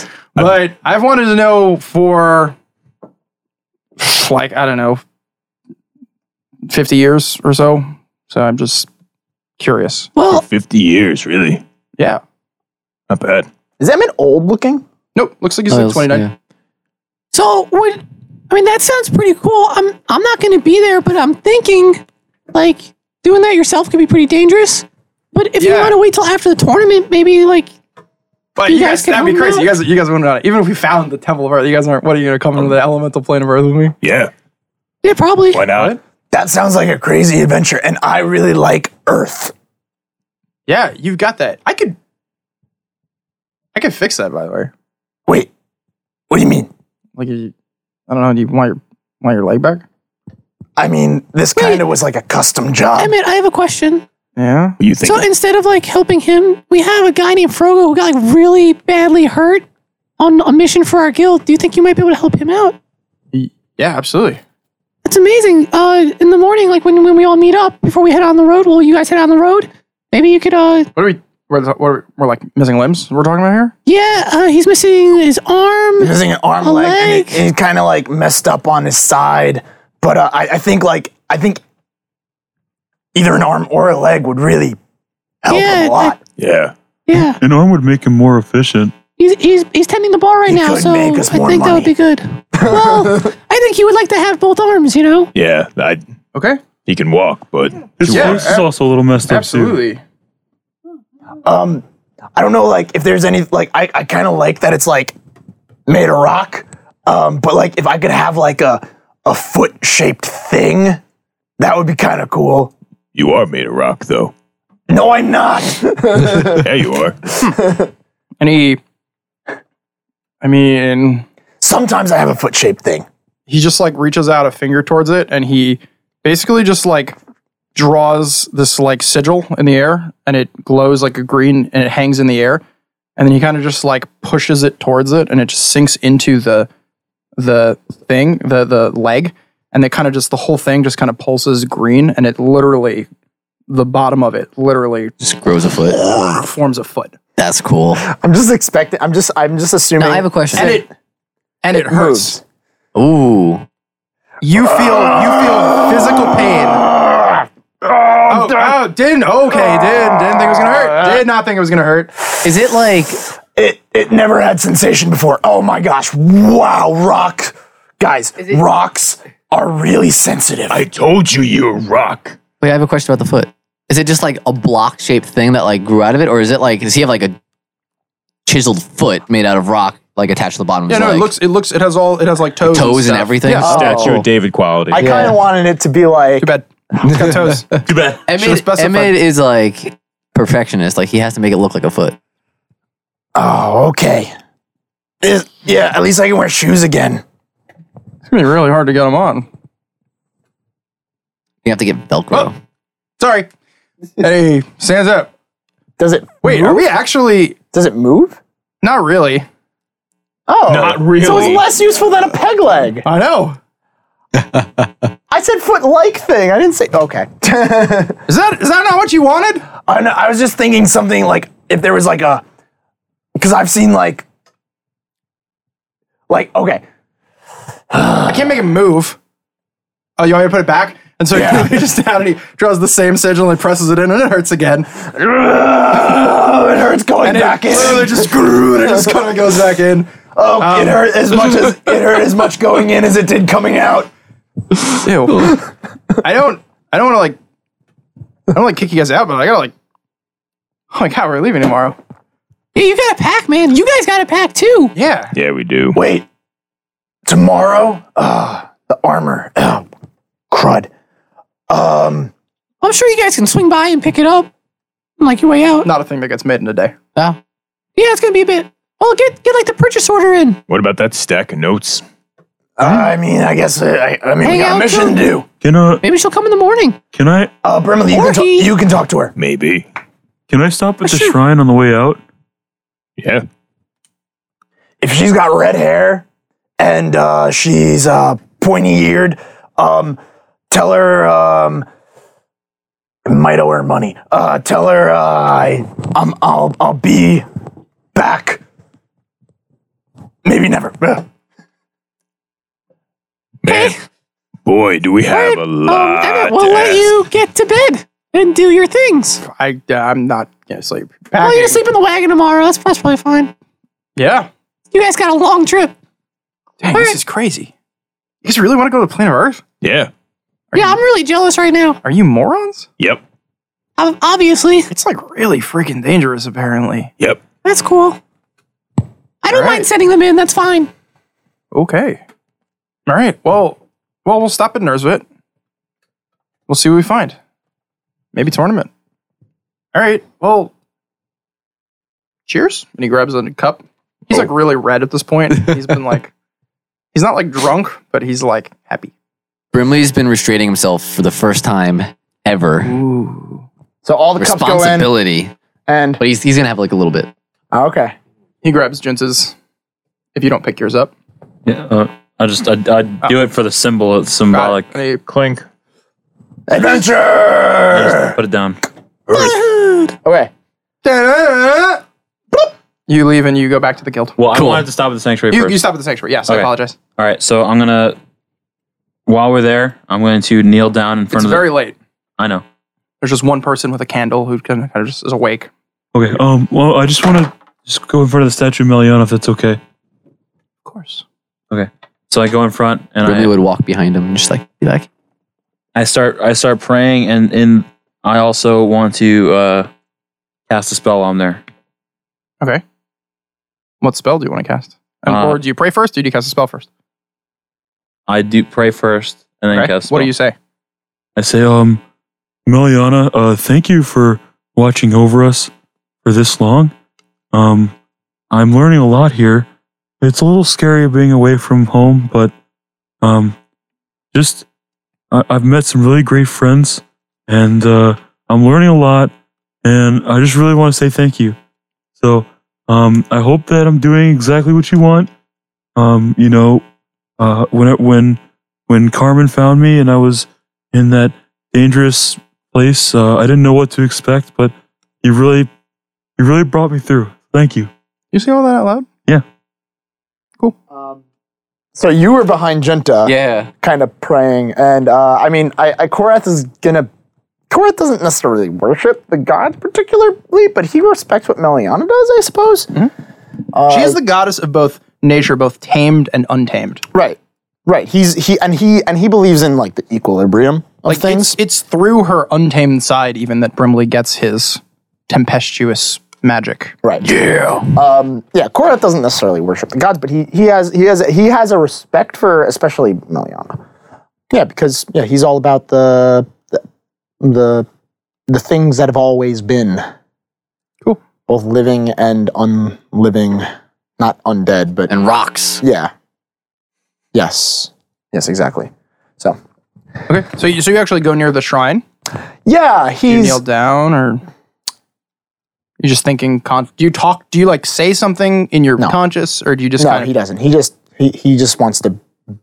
Speaker 1: but I've wanted to know for like I don't know, fifty years or so. So I'm just curious.
Speaker 2: For 50 years, really.
Speaker 1: Yeah.
Speaker 2: Not bad.
Speaker 6: Is Emmett old looking?
Speaker 1: Nope. Looks like he's
Speaker 5: Oh,
Speaker 1: like
Speaker 5: it's-
Speaker 1: 29.
Speaker 5: yeah.
Speaker 7: So what? I mean, that sounds pretty cool. I'm I'm not going to be there, but I'm thinking, like, doing that yourself could be pretty dangerous. But if you
Speaker 1: Yeah.
Speaker 7: want to wait till after the tournament, maybe like
Speaker 1: But
Speaker 7: You
Speaker 1: you,
Speaker 7: guys
Speaker 1: guys,
Speaker 7: can
Speaker 1: that'd be
Speaker 7: help him
Speaker 1: crazy.
Speaker 7: out.
Speaker 1: You guys, you guys wouldn't know. Even if we found the Temple of Earth, you guys aren't. What are you gonna come into the elemental plane of Earth with me?
Speaker 2: Yeah.
Speaker 7: yeah, probably.
Speaker 2: Why not?
Speaker 1: What?
Speaker 3: That sounds like a crazy adventure, and I really like Earth.
Speaker 1: Yeah, you've got that. I could. I could fix that, by the way.
Speaker 3: Wait, what do you mean?
Speaker 1: Like, you, I don't know. Do you want your want your leg back?
Speaker 3: I mean, this kind of was like a custom job.
Speaker 7: Emmett, I have a question.
Speaker 1: Yeah.
Speaker 2: What you think?
Speaker 7: So instead of like helping him, we have a guy named Frogo who got like really badly hurt on a mission for our guild. Do you think you might be able to help him out?
Speaker 1: Yeah, absolutely.
Speaker 7: That's amazing. Uh, in the morning, like when, when we all meet up before we head on the road, will you guys head on the road? Maybe you could uh,
Speaker 1: What are we? We're, what are we, we're like missing limbs. We're talking about here.
Speaker 7: Yeah, uh, he's missing his arm.
Speaker 3: missing an arm,
Speaker 7: A
Speaker 3: leg, and
Speaker 7: leg.
Speaker 3: it, kind of like messed up on his side. But uh, I, I think like I think either an arm or a leg would really help
Speaker 7: Yeah,
Speaker 3: him a lot.
Speaker 2: yeah.
Speaker 7: Yeah,
Speaker 8: An arm would make him more efficient.
Speaker 7: he's he's he's tending the bar right
Speaker 3: He
Speaker 7: now,
Speaker 3: could
Speaker 7: so I
Speaker 3: make us
Speaker 7: think
Speaker 3: more
Speaker 7: that would be
Speaker 3: money.
Speaker 7: good. Well, I think he would like to have both arms. You know,
Speaker 2: Yeah. I,
Speaker 1: Okay.
Speaker 2: he can walk, but
Speaker 8: His
Speaker 1: Yeah,
Speaker 8: voice is
Speaker 1: ab-
Speaker 8: also a little messed up too.
Speaker 1: Absolutely.
Speaker 3: um, I don't know like if there's any like I, I kind of like that it's like made of rock. Um, but like if I could have like a a foot shaped thing, that would be kind of cool.
Speaker 2: you are made of rock, though.
Speaker 3: No, I'm not.
Speaker 2: yeah, you are.
Speaker 1: And he. I mean,
Speaker 3: Sometimes I have a foot shaped thing.
Speaker 1: he just like reaches out a finger towards it and he basically just like draws this like sigil in the air and it glows like a green and it hangs in the air and then he kind of just like pushes it towards it and it just sinks into the the thing the the leg and it kind of just the whole thing just kind of pulses green and it literally the bottom of it literally
Speaker 5: Just grows a foot.
Speaker 1: forms a foot
Speaker 5: That's cool.
Speaker 6: I'm just expecting. I'm just. I'm just assuming.
Speaker 5: Now, I have a question.
Speaker 1: and it and it hurts
Speaker 5: Ooh.
Speaker 1: You feel you feel physical pain. Oh, oh, didn't okay, didn't didn't think it was gonna hurt. Did not think it was gonna hurt.
Speaker 5: Is it like
Speaker 3: It it never had sensation before. Oh my gosh. Wow, rock. Guys, rocks are really sensitive.
Speaker 2: I told you you're rock.
Speaker 5: Wait, I have a question about the foot. Is it just like a block shaped thing that like grew out of it, or is it like does he have like a chiseled foot made out of rock like attached to the bottom of
Speaker 1: Yeah,
Speaker 5: his
Speaker 1: no, it
Speaker 5: leg?
Speaker 1: looks it looks it has all it has like toes,
Speaker 5: toes and
Speaker 1: stuff.
Speaker 5: everything. Oh.
Speaker 1: Yeah,
Speaker 2: Statue
Speaker 7: Oh.
Speaker 2: of David quality.
Speaker 6: I kind of wanted it to be like.
Speaker 1: too bad. It's got toes.
Speaker 2: Too bad.
Speaker 1: Should've
Speaker 5: Emmett,
Speaker 1: specified.
Speaker 5: Emmett is like perfectionist. Like he has to make it look like a foot.
Speaker 3: oh, okay. Is- yeah, at least I can wear shoes again.
Speaker 1: It's gonna be really hard to get them on.
Speaker 5: You have to get
Speaker 1: Oh.
Speaker 5: Velcro.
Speaker 1: Sorry. Hey, stands up.
Speaker 6: Does it
Speaker 1: Wait, are we actually?
Speaker 6: Does it move?
Speaker 1: Not really.
Speaker 6: Oh,
Speaker 2: Not really.
Speaker 6: so it's less useful than a peg leg.
Speaker 1: I know.
Speaker 6: I said foot like thing. I didn't say. Okay.
Speaker 1: Is that is that not what you wanted?
Speaker 3: I, know, I was just thinking something like if there was like a because I've seen like like okay.
Speaker 1: I can't make it move. Oh, you want me to put it back? And so he reaches down and he draws the same sigil and he presses it in and it hurts again.
Speaker 3: Oh, it hurts going
Speaker 1: And
Speaker 3: back
Speaker 1: it
Speaker 3: in.
Speaker 1: literally just screwed and it just kind of goes back in.
Speaker 3: oh,
Speaker 2: Um,
Speaker 3: it hurt as much as it hurt as much going in as it did coming out.
Speaker 1: Ew. I don't. I don't want to like. I don't like kick you guys out, but I gotta like. Oh my god, we're leaving tomorrow.
Speaker 7: Yeah, you got to pack, man. You guys got to pack too.
Speaker 1: Yeah.
Speaker 2: Yeah, we do.
Speaker 3: Wait, tomorrow? Ah, the armor. Oh, crud. Um,
Speaker 7: I'm sure you guys can swing by and pick it up on like your way out.
Speaker 1: Not a thing that gets made in a day.
Speaker 7: Yeah, it's gonna be a bit. Well, get get like the purchase order in.
Speaker 2: What about that stack of notes?
Speaker 3: I mean, I guess uh, I, I mean
Speaker 7: Uh-huh. Hang
Speaker 3: we got
Speaker 7: out
Speaker 3: a mission to do.
Speaker 8: Can I?
Speaker 7: Maybe she'll come in the morning.
Speaker 8: Can I?
Speaker 3: Uh, Brimley, you
Speaker 7: Or
Speaker 3: can, talk,
Speaker 7: he-
Speaker 3: you can talk to her.
Speaker 2: Maybe.
Speaker 8: Can I stop at the
Speaker 7: Sure.
Speaker 8: shrine on the way out?
Speaker 2: Yeah.
Speaker 3: if she's got red hair and uh, she's uh, pointy eared, um, tell her um, I might owe her money. Uh, tell her uh, I, I'm, I'll I'll be back. Maybe never. Ugh.
Speaker 2: Man, boy, do we have a lot.
Speaker 7: Emmett, um, we'll
Speaker 2: to
Speaker 7: let
Speaker 2: ask.
Speaker 7: you get to bed and do your things.
Speaker 1: I. I'm not gonna sleep.
Speaker 7: Well, you're
Speaker 1: Packing.
Speaker 7: gonna sleep in the wagon tomorrow. That's, that's probably fine.
Speaker 1: Yeah.
Speaker 7: You guys got a long trip.
Speaker 1: Dang,
Speaker 7: Alright.
Speaker 1: this is crazy. You guys really want to go to the planet Earth?
Speaker 2: Yeah.
Speaker 7: yeah, I'm really jealous right now.
Speaker 1: Are you morons?
Speaker 2: Yep.
Speaker 7: Ob- Obviously,
Speaker 1: It's like really freaking dangerous, apparently.
Speaker 2: Yep.
Speaker 7: that's cool. I don't
Speaker 1: Alright.
Speaker 7: mind sending them in. That's fine.
Speaker 1: Okay. All right. Well, well, we'll stop at Nersvit. We'll see what we find. Maybe tournament. All right. Well, cheers. And he grabs a cup. He's
Speaker 4: Oh.
Speaker 1: like really red at this point. He's been like, he's not like drunk, but he's like happy.
Speaker 5: Brimley's been restraining himself for the first time ever.
Speaker 1: Ooh.
Speaker 6: So all the cups go in,
Speaker 5: Responsibility.
Speaker 6: and
Speaker 5: But he's, he's going to have like a little bit.
Speaker 6: oh, okay.
Speaker 1: He grabs Jinx's. If you don't pick yours up,
Speaker 4: Yeah, uh, I just I, I do it for the symbol. It's symbolic.
Speaker 1: And he-
Speaker 2: Clink.
Speaker 3: Adventure.
Speaker 4: Put it down.
Speaker 6: Okay.
Speaker 1: you leave and you go back to the guild.
Speaker 4: Well, I wanted to stop at the sanctuary
Speaker 1: You,
Speaker 4: first.
Speaker 1: you stop at the sanctuary. Yes, I
Speaker 4: Okay.
Speaker 1: apologize.
Speaker 4: All right, so I'm gonna. While we're there, I'm going to kneel down in front
Speaker 1: It's
Speaker 4: of.
Speaker 1: very late.
Speaker 4: the, I know.
Speaker 1: There's just one person with a candle who kind of, kind of just is awake.
Speaker 8: Okay. Um. Well, I just want to just go in front of the statue of Meliana if that's okay.
Speaker 1: Of course.
Speaker 4: So I go in front and
Speaker 5: Brimley
Speaker 4: I,
Speaker 5: would walk behind him and just like be like,
Speaker 4: I start I start praying and and I also want to uh, cast a spell on there.
Speaker 1: What spell do you want to cast? And,
Speaker 4: Uh,
Speaker 1: or do you pray first or do you cast a spell first?
Speaker 4: I do pray first and then
Speaker 1: Okay.
Speaker 4: cast.
Speaker 1: What do
Speaker 4: spell.
Speaker 1: you say?
Speaker 8: I say, um, Meliana, uh, thank you for watching over us for this long. Um, I'm learning a lot here. It's a little scary being away from home, but um, just I- I've met some really great friends, and uh, I'm learning a lot. And I just really want to say thank you. So um, I hope that I'm doing exactly what you want. Um, you know, uh, when it, when when Carmen found me and I was in that dangerous place. Uh, I didn't know what to expect, but you really, you really brought me through. Thank you.
Speaker 1: You say all that out loud?
Speaker 6: Um, so you were behind Junta,
Speaker 5: Yeah.
Speaker 6: kind of praying, and uh, I mean, I, I Korath is gonna. Korath doesn't necessarily worship the god particularly, but he respects what Meliana does, I suppose.
Speaker 1: Mm-hmm.
Speaker 6: Uh,
Speaker 1: she is the goddess of both nature, both tamed and untamed.
Speaker 6: Right, right. He's he and he and he believes in like the equilibrium of
Speaker 1: Like
Speaker 6: things.
Speaker 1: It's, it's through her untamed side even that Brimley gets his tempestuous magic.
Speaker 6: Right. Yeah. Um, yeah. Korath doesn't necessarily worship the gods, but he he has he has he has a respect for especially Meliana. Yeah, because yeah, he's all about the the the, the things that have always been.
Speaker 1: Cool.
Speaker 6: Both living and unliving, not undead, but
Speaker 5: And rocks.
Speaker 6: yeah. Yes. Yes. Exactly. So.
Speaker 1: Okay. So you, so you actually go near the shrine.
Speaker 6: Yeah,
Speaker 1: You
Speaker 6: he's
Speaker 1: kneel down or you're just thinking con- do you talk do you like say something in your
Speaker 6: No.
Speaker 1: conscious or do you just
Speaker 6: no,
Speaker 1: kind
Speaker 6: he
Speaker 1: of
Speaker 6: doesn't. He just he, he just wants to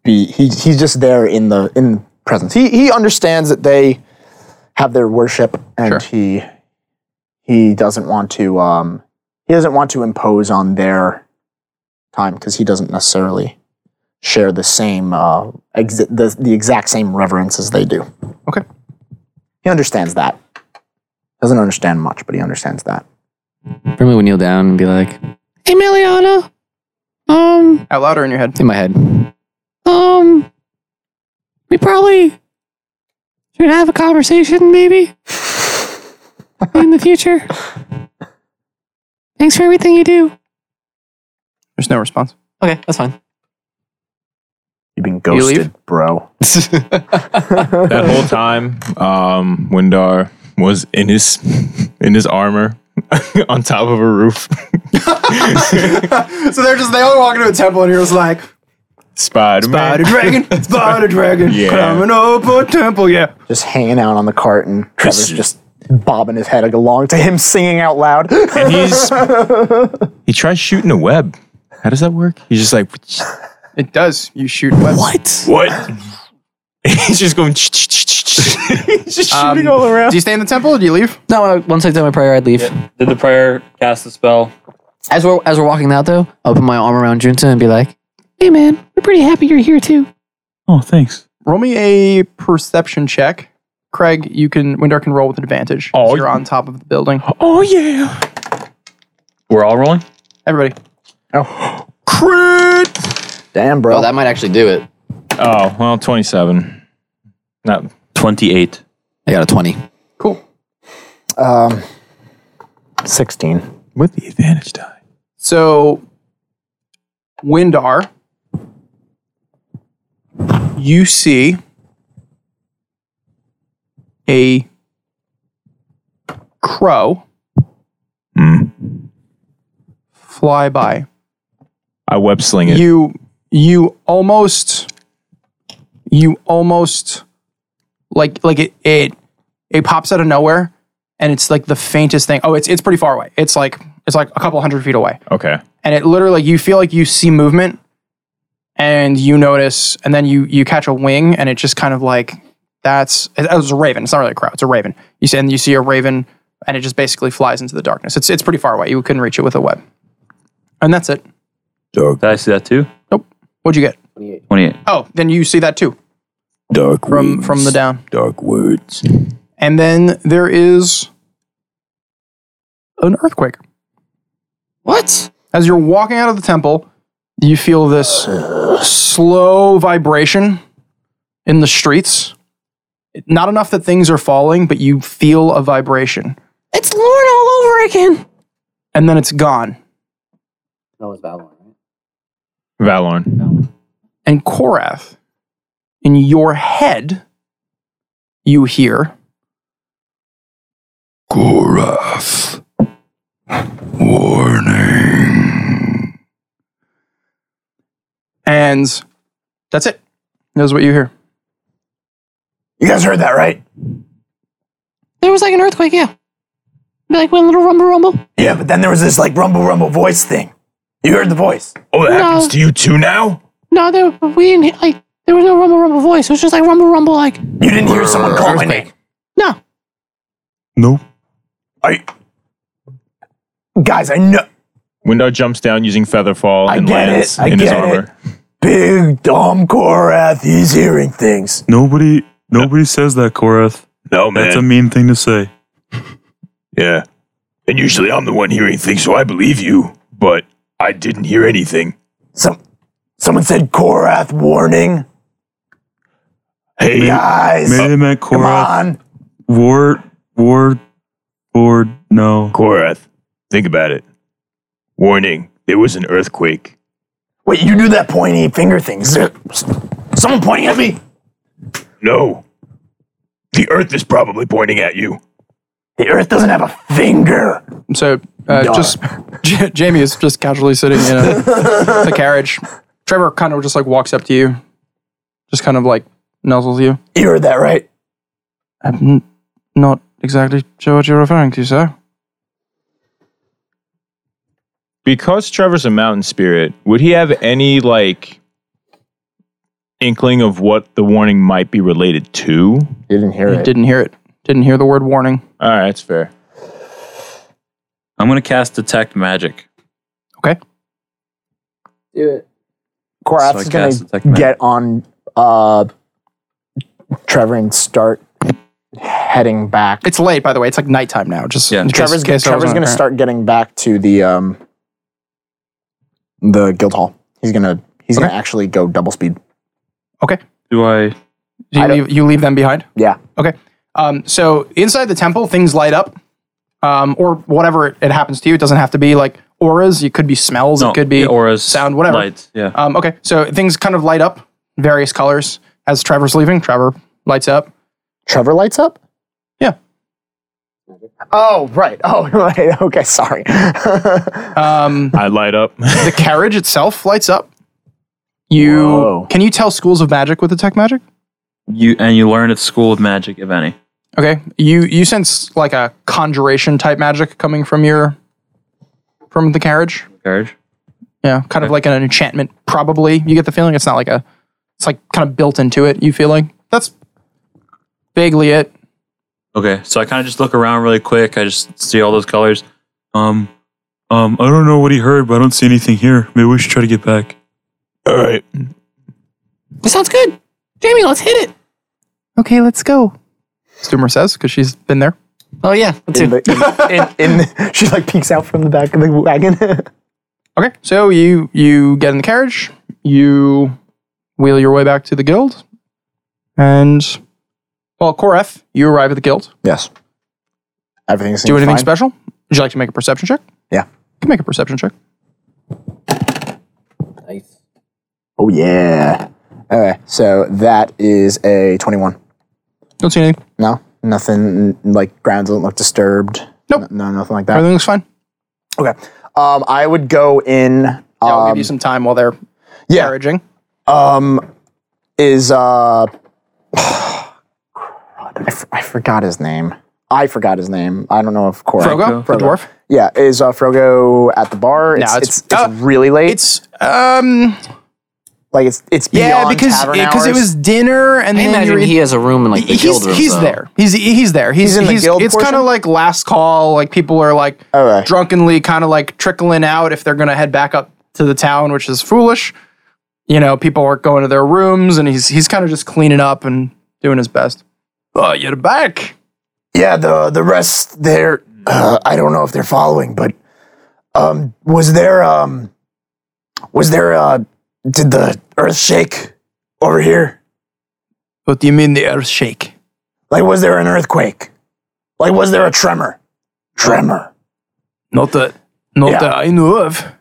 Speaker 6: be he he's just there in the in the presence. He he understands that they have their worship and he he doesn't want to um he doesn't want to impose on their time because he doesn't necessarily share the same uh, ex- the, the exact same reverence as they do.
Speaker 1: Okay.
Speaker 6: He understands that. Doesn't understand much, but he understands that.
Speaker 5: Brimley would kneel down and be like,
Speaker 7: Hey, Meliana. Um,
Speaker 1: Out louder in your head.
Speaker 5: in my head,
Speaker 7: um, we probably should have a conversation, maybe in the future. Thanks for everything you do.
Speaker 1: There's no response.
Speaker 5: okay, that's fine.
Speaker 3: You've been
Speaker 1: You leave?
Speaker 3: ghosted, bro.
Speaker 2: That whole time, um, Windar was in his in his armor on top of a roof,
Speaker 1: So they're just, they all walk into a temple and you're just like,
Speaker 2: Spider
Speaker 1: Spider
Speaker 2: Man.
Speaker 1: Dragon, Spider Dragon,
Speaker 2: Yeah.
Speaker 1: coming up a temple, yeah.
Speaker 6: Just hanging out on the cart, and Trevor's just bobbing his head along to him singing out loud.
Speaker 2: And he's he tries shooting a web. How does that work? He's just like
Speaker 1: It does. You shoot webs.
Speaker 2: what? he's just going. he's just
Speaker 1: Um,
Speaker 2: shooting all around.
Speaker 1: Do you stay in the temple or do you leave?
Speaker 5: No, I, once I did my prayer, I'd leave.
Speaker 4: Did the prayer cast the spell?
Speaker 5: As we're as we're walking out, though, I'll put my arm around Junta and be like,
Speaker 7: Hey, man, we're pretty happy you're here too.
Speaker 8: Oh, thanks.
Speaker 1: Roll me a perception check. Craig, you can Windar can roll with an advantage. Oh, you're on top of the building.
Speaker 2: Oh yeah,
Speaker 4: We're all rolling.
Speaker 1: Everybody.
Speaker 2: crit.
Speaker 6: Damn, bro.
Speaker 5: "Oh, that might actually do it."
Speaker 2: Oh well, twenty-seven. Not
Speaker 4: Twenty-eight.
Speaker 5: I got a twenty.
Speaker 1: Cool.
Speaker 6: um, Sixteen.
Speaker 2: with the advantage die.
Speaker 1: So Windar. You see a crow fly by.
Speaker 2: I web sling it.
Speaker 1: you you almost you almost like like it it it pops out of nowhere and it's like the faintest thing oh it's it's pretty far away it's like it's like a couple hundred feet away
Speaker 2: okay.
Speaker 1: and it literally you feel like you see movement and you notice and then you you catch a wing and it just kind of like that's it, it was a raven it's not really a crow it's a raven you see and you see a raven and it just basically flies into the darkness it's it's pretty far away you couldn't reach it with a web and that's it
Speaker 2: Dark,
Speaker 4: Did I see that too?
Speaker 1: nope what'd you get
Speaker 4: Twenty-eight.
Speaker 1: Oh, then you see that too
Speaker 2: dark
Speaker 1: from from the down.
Speaker 2: dark words.
Speaker 1: And then there is an earthquake.
Speaker 5: What?
Speaker 1: As you're walking out of the temple, you feel this slow vibration in the streets. Not enough that things are falling, but you feel a vibration.
Speaker 7: It's Lorne all over again.
Speaker 1: And then it's gone.
Speaker 5: That was Babylon. Right?
Speaker 2: Valorn.
Speaker 1: And Korath, in your head, you hear
Speaker 2: Gorath. Warning.
Speaker 1: and that's it. That's what you hear.
Speaker 3: You guys heard that, right?
Speaker 7: There was like an earthquake, yeah. Be like one little rumble rumble.
Speaker 3: Yeah, but then there was this like rumble, rumble voice thing. You heard the voice.
Speaker 2: Oh, that
Speaker 7: No.
Speaker 2: happens to you too now?
Speaker 7: No, there we didn't hit, like there was no rumble rumble voice. It was just like rumble rumble like
Speaker 3: You didn't hear someone call my name.
Speaker 7: no.
Speaker 8: Nope.
Speaker 3: I, guys, I know.
Speaker 2: Windar jumps down using Featherfall
Speaker 3: I
Speaker 2: and
Speaker 3: get
Speaker 2: lands
Speaker 3: it, I
Speaker 2: in his
Speaker 3: get
Speaker 2: armor.
Speaker 3: Big dumb Korath, he's hearing things.
Speaker 8: Nobody nobody says that, Korath.
Speaker 2: No,
Speaker 8: That's a mean thing to say.
Speaker 2: yeah. And usually I'm the one hearing things, so I believe you, but I didn't hear anything.
Speaker 3: Some, someone said Korath warning.
Speaker 2: Hey, uh,
Speaker 3: Guys,
Speaker 8: Maybe they meant
Speaker 3: come
Speaker 8: Korath.
Speaker 3: on.
Speaker 8: Ward Ward Ward no.
Speaker 2: Korath, think about it. Warning, there was an earthquake.
Speaker 3: Wait, you do that pointy finger thing. Is there s- someone pointing at me?
Speaker 2: No. The earth is probably pointing at you.
Speaker 3: The earth doesn't have a finger.
Speaker 1: So uh,
Speaker 3: Darn.
Speaker 1: just J- Jamie is just casually sitting in a, the carriage. Trevor kind of just like walks up to you, just kind of like nuzzles you.
Speaker 3: You heard that, right?
Speaker 1: I'm n- not exactly sure what you're referring to, sir.
Speaker 2: because Trevor's a mountain spirit, would he have any like inkling of what the warning might be related to?
Speaker 6: You didn't hear
Speaker 1: You didn't hear it. Didn't hear the word warning.
Speaker 2: All right, that's fair.
Speaker 4: I'm gonna cast detect magic.
Speaker 1: Okay.
Speaker 5: Do it.
Speaker 4: So I
Speaker 6: Korath's
Speaker 4: cast
Speaker 6: gonna
Speaker 4: Detect Magic.
Speaker 6: get on uh, Trevor and start heading back.
Speaker 1: It's late, by the way. It's like nighttime now. Just
Speaker 4: Yeah.
Speaker 1: in case-
Speaker 6: Trevor's,
Speaker 1: in case I
Speaker 6: Trevor's
Speaker 1: wasn't
Speaker 6: gonna
Speaker 1: aware.
Speaker 6: start getting back to the um, the guild hall. He's gonna he's gonna actually go double speed.
Speaker 8: Do I?
Speaker 1: Do you
Speaker 6: I don't-
Speaker 1: leave, you leave them behind?
Speaker 6: Yeah.
Speaker 1: Okay. Um, so inside the temple, things light up, um, or whatever it, it happens to you. It doesn't have to be like auras. It could be smells.
Speaker 4: No,
Speaker 1: it could be
Speaker 4: yeah, auras,
Speaker 1: sound, whatever.
Speaker 4: Lights. Yeah.
Speaker 1: Um, okay. So things kind of light up, various colors. As Trevor's leaving, Trevor lights up.
Speaker 6: Trevor lights up.
Speaker 1: Yeah.
Speaker 6: Oh right. Oh right. okay. Sorry.
Speaker 1: Um,
Speaker 2: I light up.
Speaker 1: the carriage itself lights up. You
Speaker 6: Whoa.
Speaker 1: can you tell schools of magic with the tech magic?
Speaker 4: You and you learn at school with magic, if any.
Speaker 1: Okay. You you sense like a conjuration type magic coming from your from the carriage.
Speaker 4: Courage.
Speaker 1: Yeah, kind of like an enchantment, probably. You get the feeling it's not like a, it's like kind of built into it. You feel like that's vaguely it.
Speaker 4: Okay. So I kind of just look around really quick. I just see all those colors.
Speaker 8: Um, um, I don't know what he heard, but I don't see anything here. Maybe we should try to get back.
Speaker 2: All right.
Speaker 7: That sounds good. Jamie, let's hit it.
Speaker 1: Okay, let's go. Stumer says because she's been there.
Speaker 5: Oh yeah, let's
Speaker 6: in
Speaker 5: do.
Speaker 6: the, in, in, in the, she like peeks out from the back of the wagon.
Speaker 1: Okay, so you you get in the carriage, you wheel your way back to the guild, and well, Koreth, you arrive at the guild.
Speaker 6: yes. Everything seems
Speaker 1: Do anything
Speaker 6: fine.
Speaker 1: special? Would you like to make a perception check?
Speaker 6: Yeah.
Speaker 1: You can make a perception check.
Speaker 6: Oh yeah. Okay, so that is a twenty-one.
Speaker 1: Don't see anything.
Speaker 6: No, nothing like ground doesn't look disturbed.
Speaker 1: Nope.
Speaker 6: No, no, nothing like that.
Speaker 1: Everything looks fine.
Speaker 6: Okay. Um, I would go in.
Speaker 1: Yeah, I'll give
Speaker 6: Um,
Speaker 1: you some time while they're
Speaker 6: yeah.
Speaker 1: carriaging.
Speaker 6: um, is uh, I, f- I forgot his name. I forgot his name. I don't know if Cora.
Speaker 1: Frogo, the dwarf.
Speaker 6: Yeah, is uh, Frogo at the bar? It's
Speaker 1: it's-
Speaker 6: it's, it's,
Speaker 1: uh,
Speaker 6: really late.
Speaker 1: It's um
Speaker 6: like it's it's
Speaker 1: Yeah,
Speaker 6: beyond
Speaker 1: because
Speaker 6: tavern
Speaker 1: because it
Speaker 6: hours.
Speaker 1: was dinner, and
Speaker 5: I
Speaker 1: then
Speaker 5: imagine
Speaker 1: you're in-
Speaker 5: he has a room in like the
Speaker 1: he's
Speaker 5: guild room.
Speaker 1: he's
Speaker 5: though.
Speaker 1: there. He's he's there. He's,
Speaker 6: He's in the guild
Speaker 1: It's kind of
Speaker 6: portion?
Speaker 1: like last call. Like people are like
Speaker 6: Okay.
Speaker 1: drunkenly kind of like trickling out if they're gonna head back up to the town, which is foolish. You know, people are going to their rooms, and he's he's kind of just cleaning up and doing his best. Oh, you're back.
Speaker 3: Yeah, the the rest there. Uh, I don't know if they're following, but um, was there um, was there uh, did the earth shake over here?
Speaker 1: What do you mean the earth shake?
Speaker 3: Like, was there an earthquake? Like, was there a tremor? Tremor.
Speaker 1: Not that not
Speaker 3: Yeah.
Speaker 1: that I know of.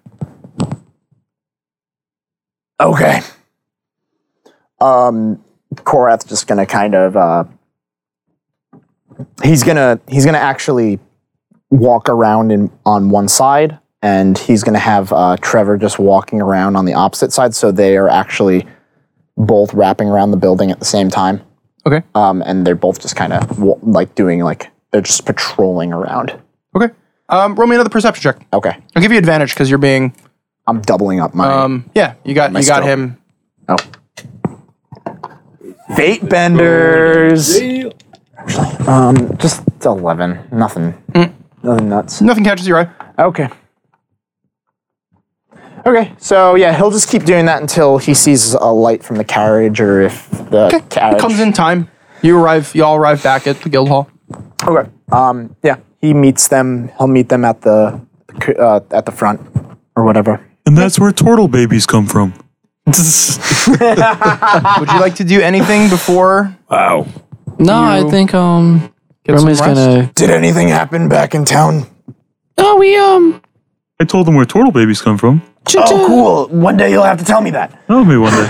Speaker 3: Okay.
Speaker 6: um Korath's just gonna kind of uh he's gonna he's gonna actually walk around in on one side and he's gonna have uh Trevor just walking around on the opposite side so they are actually both wrapping around the building at the same time.
Speaker 1: Okay.
Speaker 6: Um and they're both just kind of wa- like doing like they're just patrolling around.
Speaker 1: Okay. Um, roll me another perception check.
Speaker 6: Okay.
Speaker 1: I'll give you advantage because you're being
Speaker 6: I'm doubling up my
Speaker 1: Um, yeah, you got you got
Speaker 6: still-
Speaker 1: him.
Speaker 6: Oh. Fate benders. Actually, um, just eleven. Nothing. Nothing nuts.
Speaker 1: Nothing catches your eye.
Speaker 6: Mm. Okay. Okay. So yeah, he'll just keep doing that until he sees a light from the carriage, or if the carriage
Speaker 1: It comes in time. You arrive. Y'all arrive back at the guild hall.
Speaker 6: Okay. Um. Yeah. He meets them. He'll meet them at the uh, at the front or whatever.
Speaker 8: And that's where turtle babies come from.
Speaker 1: Would you like to do anything before?
Speaker 2: Wow.
Speaker 5: No, I think um, Remy's
Speaker 1: some rest?
Speaker 5: gonna.
Speaker 3: Did anything happen back in town?
Speaker 7: Oh, we um.
Speaker 8: I told them where turtle babies come from.
Speaker 3: Oh, cool. One day you'll have to tell me that.
Speaker 8: Tell me one day.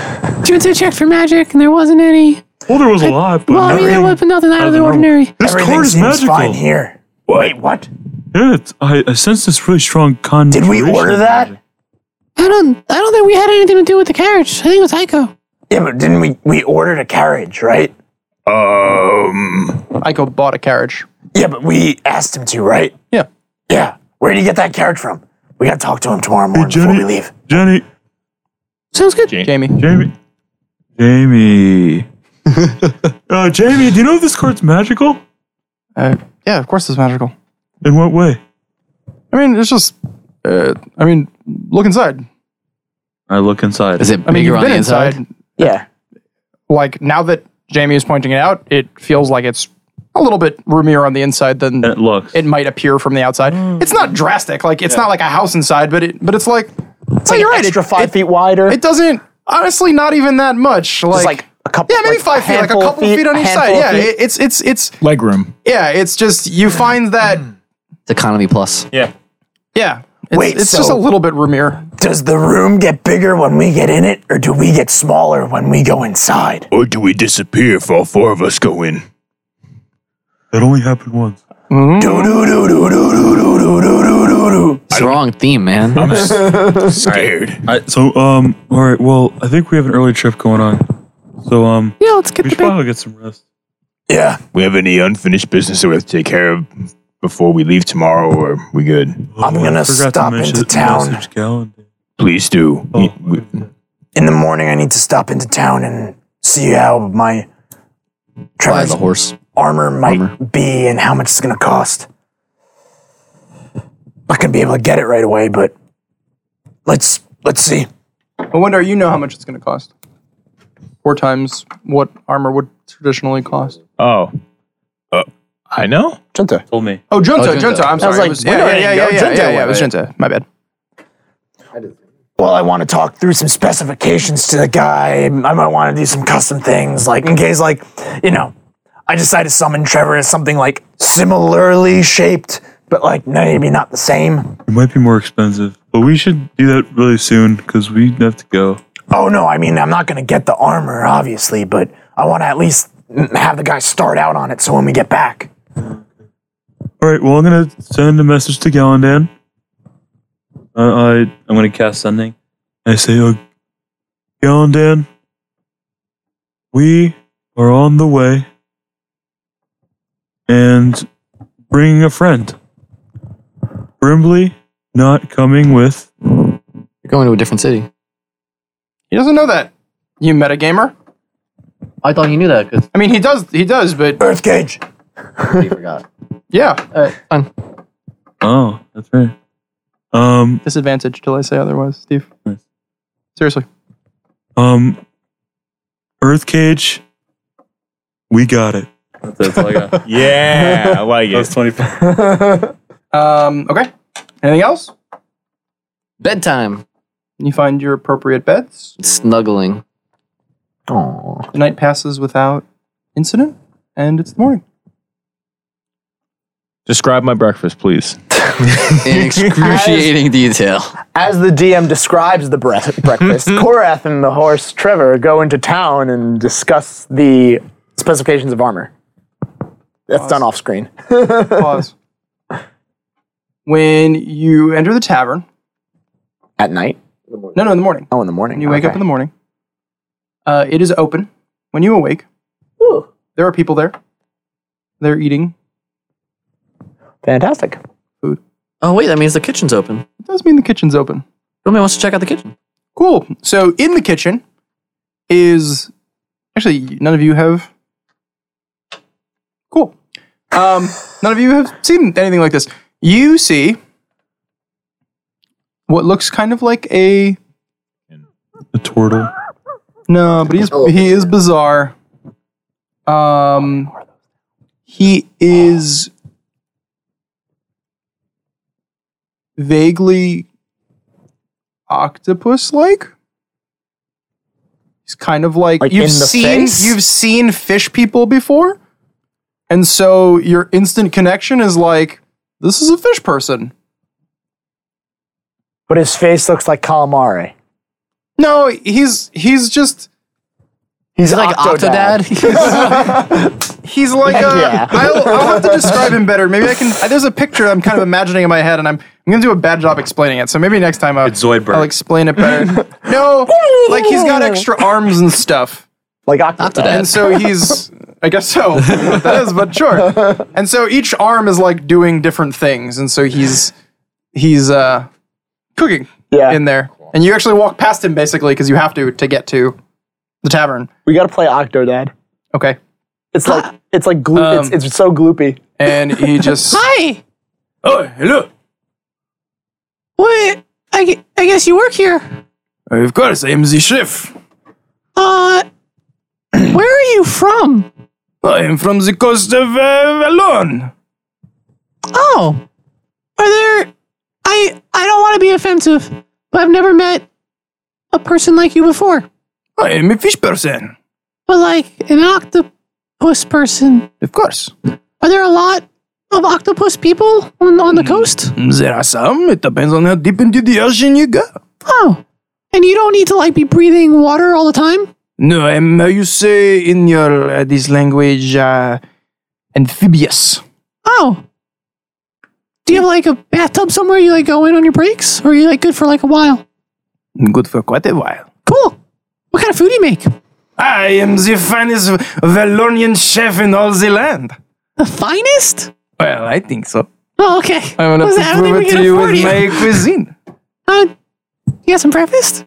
Speaker 7: Junta checked for magic, and there wasn't any.
Speaker 8: Well, there was a lot, but
Speaker 7: Well, I mean, there was but nothing out of the
Speaker 8: Nothing.
Speaker 7: ordinary.
Speaker 8: this
Speaker 3: Everything
Speaker 8: card is
Speaker 3: seems
Speaker 8: magical.
Speaker 3: fine here. Wait, what?
Speaker 8: Yeah, it's- I, I sense this really strong con.
Speaker 3: Did we order that?
Speaker 7: I don't. I don't think we had anything to do with the carriage. I think it was Ico.
Speaker 3: Yeah, but didn't we? We ordered a carriage, right?
Speaker 2: Um.
Speaker 1: Iko bought a carriage.
Speaker 3: Yeah, but we asked him to, right?
Speaker 1: Yeah.
Speaker 3: Yeah. Where did he get that carriage from? We gotta talk to him tomorrow morning before
Speaker 8: Jenny.
Speaker 3: we leave.
Speaker 8: Jenny,
Speaker 7: Sounds good.
Speaker 1: Jamie.
Speaker 8: Jamie, Jamie. uh, Jamie, do you know if this card's magical?
Speaker 1: Uh, yeah, of course it's magical.
Speaker 8: In what way?
Speaker 1: I mean, it's just. Uh, I mean, look inside.
Speaker 8: I look inside.
Speaker 5: Is it
Speaker 1: I mean,
Speaker 5: bigger
Speaker 1: you've
Speaker 5: on
Speaker 1: been
Speaker 5: the inside?
Speaker 1: inside.
Speaker 6: Yeah.
Speaker 1: Like now that Jamie is pointing it out, it feels like it's a little bit roomier on the inside than
Speaker 8: and it looks.
Speaker 1: it might appear from the outside.
Speaker 6: Mm.
Speaker 1: It's not drastic. Like it's not like a house inside, but it but it's like
Speaker 6: It's
Speaker 1: oh,
Speaker 6: like
Speaker 1: you're
Speaker 6: an
Speaker 1: right.
Speaker 6: extra
Speaker 1: it,
Speaker 6: five
Speaker 1: it-
Speaker 6: feet wider.
Speaker 1: It doesn't honestly not even that much. Like,
Speaker 6: It's like a couple.
Speaker 1: yeah, maybe
Speaker 6: like
Speaker 1: five feet, like a
Speaker 6: handful of
Speaker 1: couple feet, on
Speaker 6: a
Speaker 1: each
Speaker 6: handful
Speaker 1: side.
Speaker 6: of
Speaker 1: Yeah,
Speaker 6: feet. Mm.
Speaker 1: it, it's it's it's
Speaker 9: Leg room.
Speaker 1: yeah, it's just you find that
Speaker 5: It's economy plus.
Speaker 2: Yeah.
Speaker 1: yeah. It's,
Speaker 3: Wait,
Speaker 1: it's just a
Speaker 3: so-
Speaker 1: little bit roomier.
Speaker 3: Does the room get bigger when we get in it, or do we get smaller when we go inside?
Speaker 2: Or do we disappear if all four of us go in?
Speaker 8: That only happened once.
Speaker 3: Do do do do do do do do do do do do.
Speaker 5: It's the wrong theme, man.
Speaker 2: Scared.
Speaker 8: I, so um, all right. Well, I think we have an early trip going on. So um,
Speaker 7: Yeah, let's get the
Speaker 8: we should
Speaker 7: big
Speaker 8: probably get some rest.
Speaker 3: Yeah.
Speaker 2: We have any unfinished business that we have to take care of before we leave tomorrow, or we good?
Speaker 3: I'm
Speaker 8: Oh, I
Speaker 3: gonna
Speaker 8: forgot to
Speaker 3: stop
Speaker 8: mention-
Speaker 3: into town.
Speaker 8: message Galen.
Speaker 2: Please do.
Speaker 8: Oh,
Speaker 2: We-
Speaker 3: In the morning, I need to stop into town and see how my
Speaker 5: Buy
Speaker 3: Trevor's
Speaker 5: the horse.
Speaker 3: armor might be and how much it's gonna cost. Not gonna be able to get it right away, but let's let's see.
Speaker 1: I wonder. You know how much it's going to cost. Four times what armor would traditionally cost.
Speaker 2: oh, uh, I know.
Speaker 6: Junta.
Speaker 8: Told me.
Speaker 1: Oh, Junta,
Speaker 5: Oh, Junta.
Speaker 1: Junta. I'm sorry.
Speaker 6: like,
Speaker 1: it was,
Speaker 6: we
Speaker 1: yeah,
Speaker 6: know
Speaker 1: yeah,
Speaker 6: it
Speaker 1: yeah, yeah,
Speaker 6: ain't go-
Speaker 1: yeah,
Speaker 6: Junta,
Speaker 1: yeah, yeah, It was
Speaker 6: wait,
Speaker 1: Junta. My bad.
Speaker 3: Well, I want to talk through some specifications to the guy. I might want to do some custom things, like in case, like you know, I decide to summon Trevor as something like similarly shaped, but like maybe not the same.
Speaker 8: It might be more expensive, but we should do that really soon because we have to go.
Speaker 3: Oh no, I mean I'm not gonna get the armor, obviously, but I want to at least mm, have the guy start out on it. So when we get back,
Speaker 8: All right. Well, I'm gonna send a message to Galandan. Uh, I I'm gonna cast sending. I say, oh, Galandan, we are on the way, and bringing a friend. Brimley not coming with.
Speaker 5: You're going to a different city.
Speaker 1: He doesn't know that. You metagamer?
Speaker 5: I thought you knew that because
Speaker 1: I mean, he does. He does, but
Speaker 3: Earth Gauge.
Speaker 5: you forgot.
Speaker 1: yeah,
Speaker 5: Fun.
Speaker 8: Oh, that's right. Um,
Speaker 1: disadvantage till I say otherwise, Steve.
Speaker 8: Nice.
Speaker 1: Seriously.
Speaker 8: um, Earth Cage, we got it.
Speaker 4: That's all I got.
Speaker 2: Yeah, I like
Speaker 4: That's
Speaker 2: it.
Speaker 4: 25.
Speaker 1: Um, okay. Anything else?
Speaker 5: Bedtime.
Speaker 1: You find your appropriate beds.
Speaker 5: Snuggling.
Speaker 1: The night passes without incident, and it's the morning.
Speaker 2: Describe my breakfast, please.
Speaker 5: In excruciating detail.
Speaker 6: As the DM describes the bre- breakfast, Korath and the horse Trevor go into town and discuss the specifications of armor. That's done off screen.
Speaker 1: Pause. when you enter the tavern,
Speaker 6: At night?
Speaker 1: no, no, in the morning.
Speaker 6: Oh, in the morning.
Speaker 1: When you wake up
Speaker 6: Okay.
Speaker 1: in the morning, uh, it is open. When you awake, there are people there. They're eating.
Speaker 6: Fantastic.
Speaker 5: Oh wait, that means the kitchen's open.
Speaker 1: It does mean the kitchen's open.
Speaker 5: Romeo wants to check out the kitchen.
Speaker 1: Cool. So in the kitchen is actually none of you have. Cool. Um, none of you have seen anything like this. You see what looks kind of like a
Speaker 8: A turtle.
Speaker 1: no, but
Speaker 6: Oh.
Speaker 1: he's he is bizarre. Um, he is vaguely octopus-like. He's kind of like,
Speaker 6: Like
Speaker 1: you've
Speaker 6: in the
Speaker 1: seen
Speaker 6: face?
Speaker 1: you've seen fish people before, and so your instant connection is like, this is a fish person.
Speaker 6: But his face looks like calamari.
Speaker 1: No, he's he's just
Speaker 6: He's,
Speaker 5: Like Octodad.
Speaker 1: He's like, uh,
Speaker 6: Yeah.
Speaker 1: I'll, I'll have to describe him better. Maybe I can. uh, There's a picture I'm kind of imagining in my head, and I'm I'm gonna do a bad job explaining it. So maybe next time I'll,
Speaker 4: Zoidberg.
Speaker 1: I'll explain it better. No, like he's got extra arms and stuff,
Speaker 6: Like Octodad.
Speaker 1: and so he's. I guess so. I don't know what that is, but sure. And so each arm is like doing different things, and so he's he's uh cooking
Speaker 6: Yeah.
Speaker 1: in there, and you actually walk past him basically because you have to to get to the tavern.
Speaker 6: We gotta play Octodad.
Speaker 1: Okay,
Speaker 6: It's like it's like glue
Speaker 1: Um,
Speaker 6: it's, it's so gloopy.
Speaker 1: and he just
Speaker 7: Hi.
Speaker 2: Oh, hello.
Speaker 7: What? I, gue- I guess you work here.
Speaker 1: Of course, I am the chef.
Speaker 7: Uh, where are you from?
Speaker 1: I am from the coast of uh, Valon.
Speaker 7: Oh, are there? I I don't want to be offensive, but I've never met a person like you before.
Speaker 1: I am a fish person.
Speaker 7: But like an octopus person,
Speaker 1: Of course.
Speaker 7: are there a lot of octopus people on on the coast?
Speaker 1: There are some. It depends on how deep into the ocean you go.
Speaker 7: Oh, and you don't need to like be breathing water all the time.
Speaker 1: No, I'm, how you say in your, uh, this language, uh, amphibious.
Speaker 7: Oh. Do you have like a bathtub somewhere you like go in on your breaks? Or are you like good for like a while?
Speaker 1: Good for quite a while.
Speaker 7: Cool. What kind of food do you make?
Speaker 1: I am the finest Valonian chef in all the land.
Speaker 7: The finest?
Speaker 1: Well, I think so.
Speaker 7: Oh, okay.
Speaker 1: I'm gonna
Speaker 7: Was that- I don't think
Speaker 1: prove
Speaker 7: we
Speaker 1: it to
Speaker 7: can
Speaker 1: you
Speaker 7: afford
Speaker 1: with my cuisine.
Speaker 7: Uh, you got some breakfast?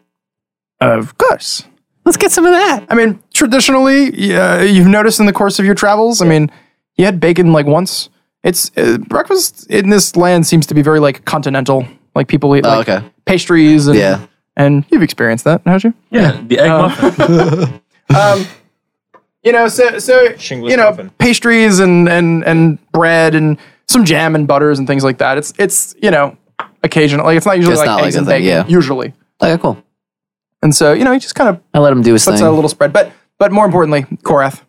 Speaker 1: Of course.
Speaker 7: Let's get some of that.
Speaker 1: I mean, traditionally, uh, you've noticed in the course of your travels. I mean, you had bacon like once. It's uh, breakfast in this land seems to be very like continental. Like people eat
Speaker 5: Oh,
Speaker 1: like
Speaker 5: okay.
Speaker 1: pastries and
Speaker 5: Yeah.
Speaker 1: and you've experienced that, haven't you?
Speaker 4: Yeah, Oh. the egg muffin.
Speaker 1: You know, so so you know pastries and and and bread and some jam and butters and things like that. It's it's you know occasional. Like it's not usually
Speaker 5: It's
Speaker 1: like
Speaker 5: not like
Speaker 1: eggs
Speaker 5: a
Speaker 1: and
Speaker 5: thing,
Speaker 1: bacon
Speaker 5: yeah.
Speaker 1: usually.
Speaker 5: Okay, cool.
Speaker 1: And so you know, you just kind of
Speaker 5: I let him do his
Speaker 1: puts
Speaker 5: thing.
Speaker 1: out a little spread. But but more importantly, Korath,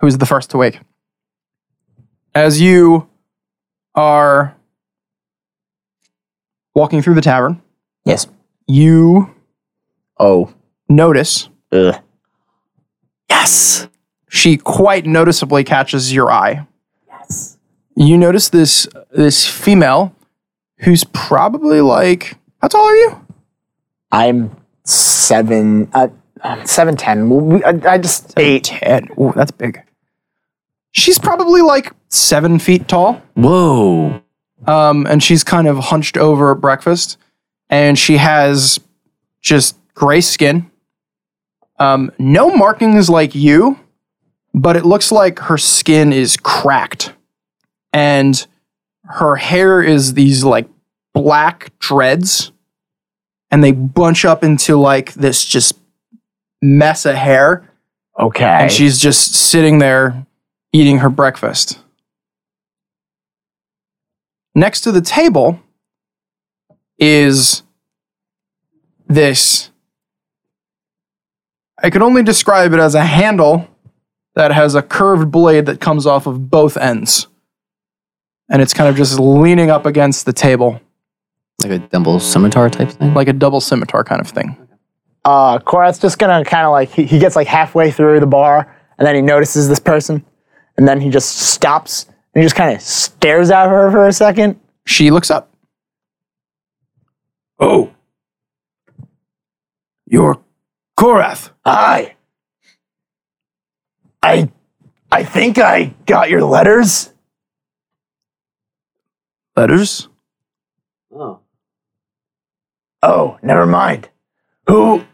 Speaker 1: who's the first to wake. As you are walking through the tavern,
Speaker 3: Yes.
Speaker 1: you
Speaker 3: Oh.
Speaker 1: notice
Speaker 3: Ugh.
Speaker 7: Yes.
Speaker 1: she quite noticeably catches your eye. Yes. You notice this this female who's probably like how tall are you?
Speaker 3: I'm
Speaker 6: Seven, uh, seven ten. We- I, I just eight.
Speaker 1: Ten. Ooh, that's big. She's probably like seven feet tall.
Speaker 4: Whoa.
Speaker 1: um, and she's kind of hunched over at breakfast, and she has just gray skin. Um, no markings like you, but it looks like her skin is cracked, and her hair is these like black dreads, and they bunch up into like this just mess of hair,
Speaker 6: Okay.
Speaker 1: and she's just sitting there eating her breakfast. Next to the table is this. I could only describe it as a handle that has a curved blade that comes off of both ends. And it's kind of just leaning up against the table,
Speaker 5: like a dumbbell scimitar type thing.
Speaker 1: like a double scimitar kind of thing.
Speaker 6: uh, Korath's just gonna kind of like he, he gets like halfway through the bar, and then he notices this person, and then he just stops and he just kind of stares at her for a second.
Speaker 1: She looks up.
Speaker 2: Oh,
Speaker 1: You're Korath.
Speaker 3: Hi. I I think I got your letters.
Speaker 1: Letters?
Speaker 3: Oh, never mind. Who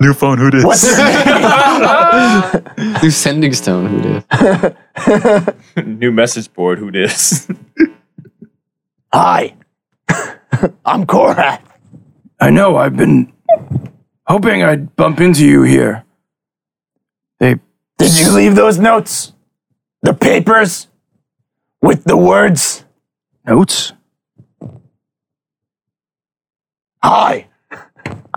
Speaker 8: New phone, who did?
Speaker 3: what's your name?
Speaker 5: Through sending stone. Who did?
Speaker 2: new message board. Who this?
Speaker 3: Hi. I'm Korath.
Speaker 1: I know, I've been hoping I'd bump into you here. They
Speaker 3: Did you leave those notes? The papers with the words
Speaker 1: notes?
Speaker 3: Hi.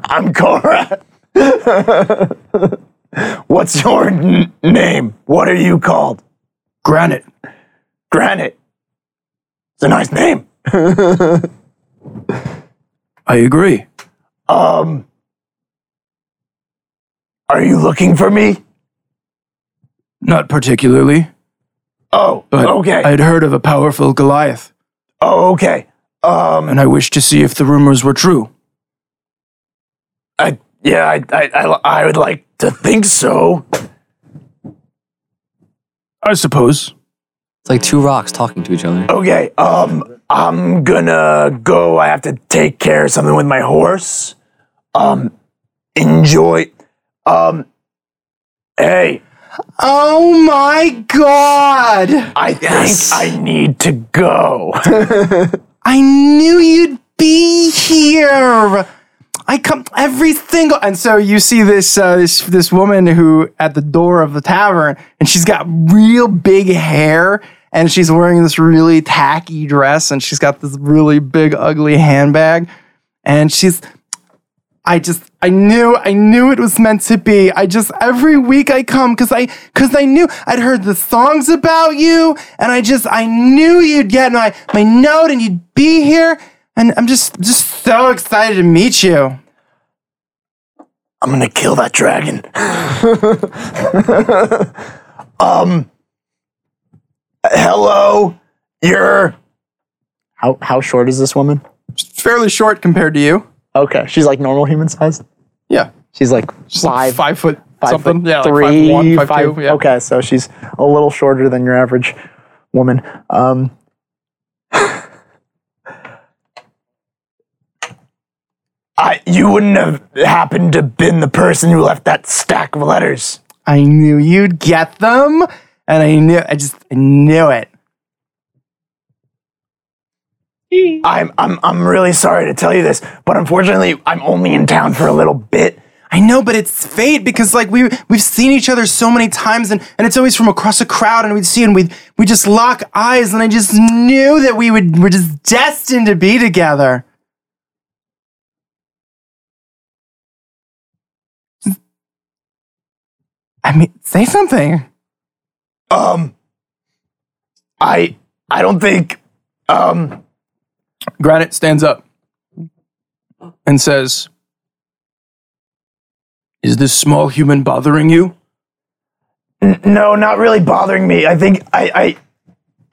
Speaker 3: I'm Korath. What's your n- name? What are you called?
Speaker 1: Granite.
Speaker 3: Granite. It's a nice name.
Speaker 1: I agree.
Speaker 3: Um Are you looking for me?
Speaker 1: Not particularly,
Speaker 3: Oh,
Speaker 1: but
Speaker 3: okay.
Speaker 1: I'd heard of a powerful Goliath,
Speaker 3: oh, okay. Um
Speaker 1: and I wished to see if the rumors were true.
Speaker 3: I yeah, I, I, I, I would like to think so.
Speaker 1: I suppose.
Speaker 5: It's like two rocks talking to each other.
Speaker 3: Okay, um, I'm gonna go. I have to take care of something with my horse. Um, enjoy. Um, hey,
Speaker 1: Oh my god!
Speaker 3: I think I need to go.
Speaker 1: I knew you'd be here! I come every single. And so you see this uh, this this woman who at the door of the tavern, and she's got real big hair, and she's wearing this really tacky dress, and she's got this really big ugly handbag, and she's. I just I knew I knew it was meant to be. I just every week I come because I because I knew I'd heard the songs about you, and I just I knew you'd get my my note and you'd be here. And I'm just just so excited to meet you.
Speaker 3: I'm gonna kill that dragon. um, hello, you're
Speaker 6: How how short is this woman?
Speaker 1: Fairly short compared to you.
Speaker 6: Okay, she's like normal human size.
Speaker 1: Yeah,
Speaker 6: She's like
Speaker 1: like
Speaker 6: five,
Speaker 1: five foot
Speaker 6: five
Speaker 1: something.
Speaker 6: foot
Speaker 1: yeah,
Speaker 6: three,
Speaker 1: like five one, five
Speaker 6: five-
Speaker 1: two, yeah.
Speaker 6: Okay, so she's a little shorter than your average woman. Um,
Speaker 3: I. You wouldn't have happened to been the person who left that stack of letters.
Speaker 1: I knew you'd get them, and I knew I just I knew it.
Speaker 3: I'm I'm I'm really sorry to tell you this, but unfortunately, I'm only in town for a little bit.
Speaker 1: I know, but it's fate because like we we've seen each other so many times, and and it's always from across a crowd, and we'd see and we we just lock eyes, and I just knew that we would we're just destined to be together. I mean, say something.
Speaker 3: Um, I I don't think. Um,
Speaker 1: Granite stands up and says, Is this small human bothering you?
Speaker 3: n- no, not really bothering me. I think I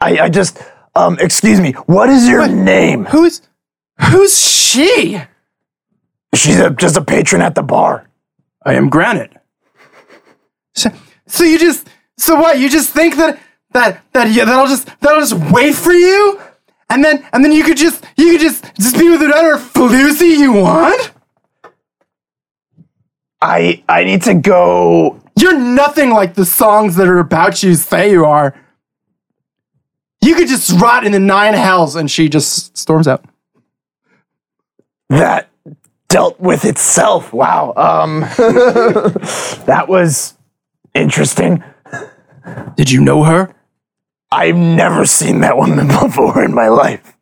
Speaker 3: I I, I just. Um, excuse me. What is your name?
Speaker 1: Who's who's she?
Speaker 3: She's a, just a patron at the bar.
Speaker 1: I am Granite. So, so you just so what? You just think that that that yeah, that I'll just that I'll just wait for you? And then and then you could just you could just just be with whatever floozy you want?
Speaker 3: I I need to go.
Speaker 1: You're nothing like the songs that are about you say you are. You could just rot in the nine hells and she just storms out.
Speaker 3: That dealt with itself. Wow. Um, that was interesting.
Speaker 1: Did you know her?
Speaker 3: I've never seen that woman before in my life.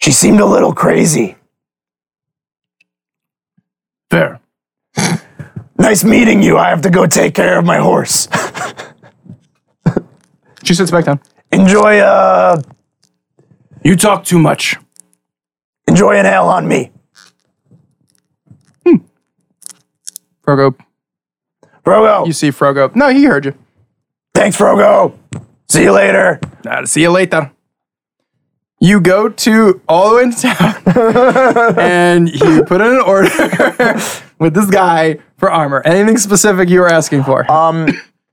Speaker 3: She seemed a little crazy.
Speaker 1: Fair.
Speaker 3: Nice meeting you. I have to go take care of my horse.
Speaker 1: She sits back down.
Speaker 3: enjoy uh
Speaker 1: You talk too much.
Speaker 3: enjoy an ale on me.
Speaker 1: Frogo.
Speaker 3: Frogo.
Speaker 1: You see Frogo. No, he heard you.
Speaker 3: Thanks, Frogo. See you later.
Speaker 1: I'll see you later. You go to all the way into town and you put in an order with this guy for armor. Anything specific you were asking for?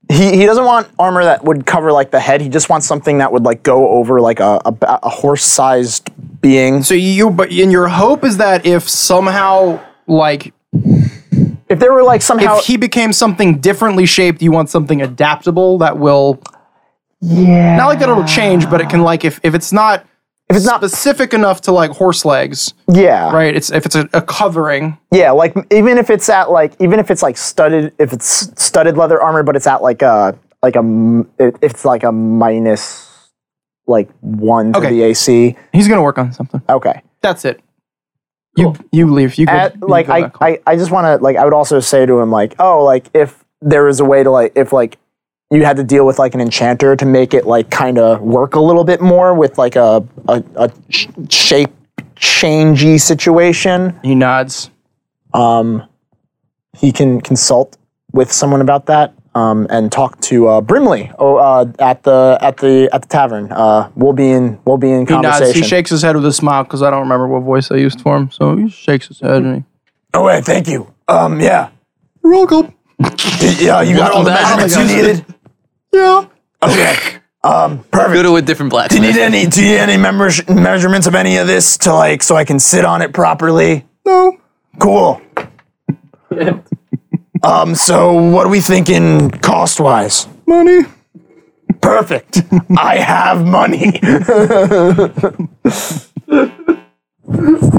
Speaker 6: he, he doesn't want armor that would cover like the head. He just wants something that would like go over like a a, ba- a horse sized being.
Speaker 1: so you, but in your hope is that if somehow, like,
Speaker 6: If there were like somehow
Speaker 1: if he became something differently shaped, you want something adaptable that will. Yeah. Not like that it'll change, but it can like if, if it's not
Speaker 6: if it's not
Speaker 1: specific enough to like horse legs,
Speaker 6: yeah
Speaker 1: right? It's if it's a, a covering.
Speaker 6: Yeah, like even if it's at like even if it's like studded if it's studded leather armor, but it's at like a like a m- it- it's like a minus like one to
Speaker 1: Okay.
Speaker 6: the AC.
Speaker 1: He's gonna work on something.
Speaker 6: Okay,
Speaker 1: That's it. You you leave. You go,
Speaker 6: at,
Speaker 1: you
Speaker 6: like
Speaker 1: go
Speaker 6: I,
Speaker 1: back home.
Speaker 6: I I just want to like I would also say to him like oh like if there was a way to like if like you had to deal with like an enchanter to make it like kind of work a little bit more with like a a, a sh- shape changey situation.
Speaker 1: he nods.
Speaker 6: um, he can consult with someone about that um, and talk to uh, Brimley oh, uh, at the at the at the tavern. Uh, we'll be in we'll be in
Speaker 1: He nods.
Speaker 6: conversation.
Speaker 1: He shakes his head with a smile because I don't remember what voice I used for him. So he shakes his head and he.
Speaker 3: Oh wait, thank you. Um, yeah.
Speaker 1: Welcome.
Speaker 3: Yeah, you got all the
Speaker 5: that-
Speaker 3: measurements you needed.
Speaker 1: Yeah.
Speaker 3: Okay. Um,
Speaker 5: Go
Speaker 3: perfect.
Speaker 5: to a different
Speaker 3: Do you
Speaker 5: blacksmith.
Speaker 3: need any? Do you need any members, measurements of any of this to like so I can sit on it properly?
Speaker 1: No.
Speaker 3: Cool. um. So what are we thinking cost wise?
Speaker 1: Money.
Speaker 3: Perfect. I have money.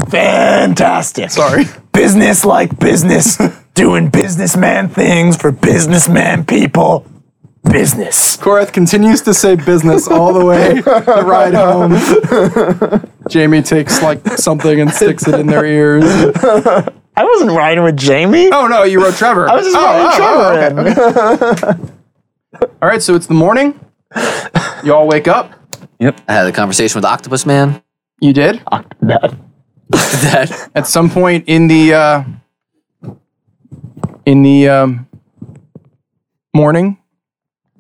Speaker 3: fantastic. Sorry. Business like business, doing businessman things for businessman people. Business.
Speaker 1: Korath continues to say business all the way the ride home. Jamie takes like something and sticks it in their ears.
Speaker 6: I wasn't riding with Jamie.
Speaker 1: Oh no, you wrote Trevor.
Speaker 6: I was just riding
Speaker 3: Oh,
Speaker 6: Trevor. in.
Speaker 1: oh. All right, so it's the morning. You all wake up.
Speaker 5: I had a conversation with the Octopus Man.
Speaker 1: You did.
Speaker 2: Ah,
Speaker 5: That
Speaker 1: At some point in the uh, in the um, morning,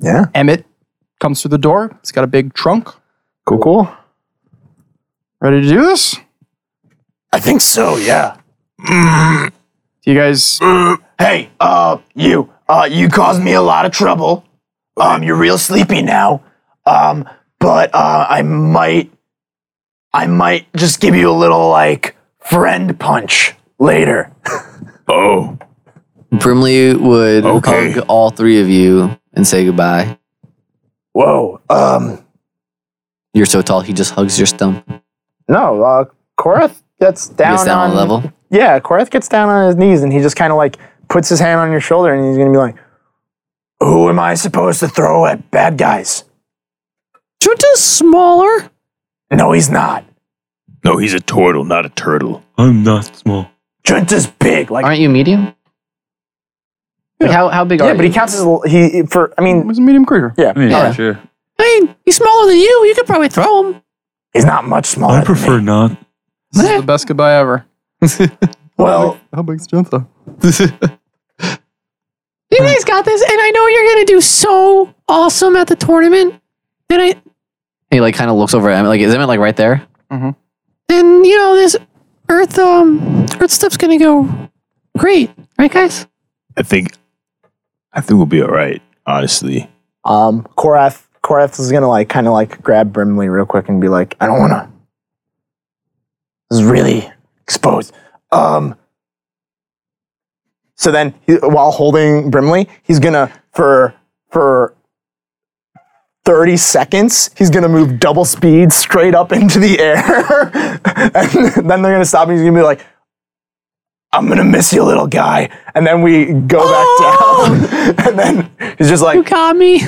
Speaker 3: Yeah.
Speaker 1: Emmett comes through the door. He's got a big trunk.
Speaker 3: Cool, cool.
Speaker 1: Ready to do this?
Speaker 3: I think so, yeah.
Speaker 1: Do you guys?
Speaker 3: Mm. Hey, uh, you, uh, you caused me a lot of trouble. Um, you're real sleepy now. Um, but, uh, I might, I might just give you a little, like, friend punch later.
Speaker 2: Oh,
Speaker 5: Brimley would
Speaker 2: Okay.
Speaker 5: hug all three of you and say goodbye.
Speaker 3: Whoa, um,
Speaker 5: You're so tall, he just hugs your stump.
Speaker 6: No, uh, Korath gets down,
Speaker 5: Gets down on a level.
Speaker 6: Yeah, Korath gets down on his knees and he just kind of like puts his hand on your shoulder and he's gonna be like,
Speaker 3: who am I supposed to throw at bad guys?
Speaker 7: Junta's smaller.
Speaker 3: No, he's not.
Speaker 2: no, he's a turtle, not a turtle.
Speaker 8: I'm not small.
Speaker 3: Junta's big, like,
Speaker 5: Aren't you medium? Like, how, how big are
Speaker 6: yeah,
Speaker 5: you?
Speaker 6: but he counts as a l- he for. I mean,
Speaker 1: He's a medium creature.
Speaker 6: yeah,
Speaker 4: I mean,
Speaker 5: Yeah.
Speaker 4: sure.
Speaker 7: I mean, he's smaller than you. You could probably throw him.
Speaker 3: he's not much smaller.
Speaker 8: I
Speaker 3: than
Speaker 8: prefer
Speaker 3: me.
Speaker 8: not.
Speaker 1: This is the best goodbye ever.
Speaker 3: Well,
Speaker 1: How big's Jintha?
Speaker 7: You
Speaker 5: Hmm.
Speaker 7: guys got this, and I know you're gonna do so awesome at the tournament. And I,
Speaker 5: he like kind of looks over at Emmett. Like, is Emmett like right there?
Speaker 7: and you know this Earth, um, Earth stuff's gonna go great, right, guys?
Speaker 2: I think, I think we'll be all right. Honestly,
Speaker 6: um, Korath Korath is gonna like kind of like grab Brimley real quick and be like,
Speaker 3: I don't wanna. This is really exposed. Um,
Speaker 6: So then, he, while holding Brimley, he's gonna for for thirty seconds, he's gonna move double speed straight up into the air, and then they're gonna stop. And he's gonna be like,
Speaker 3: I'm gonna miss you, little guy.
Speaker 6: and then we go back down, and then he's just
Speaker 7: You
Speaker 6: like,
Speaker 7: got me.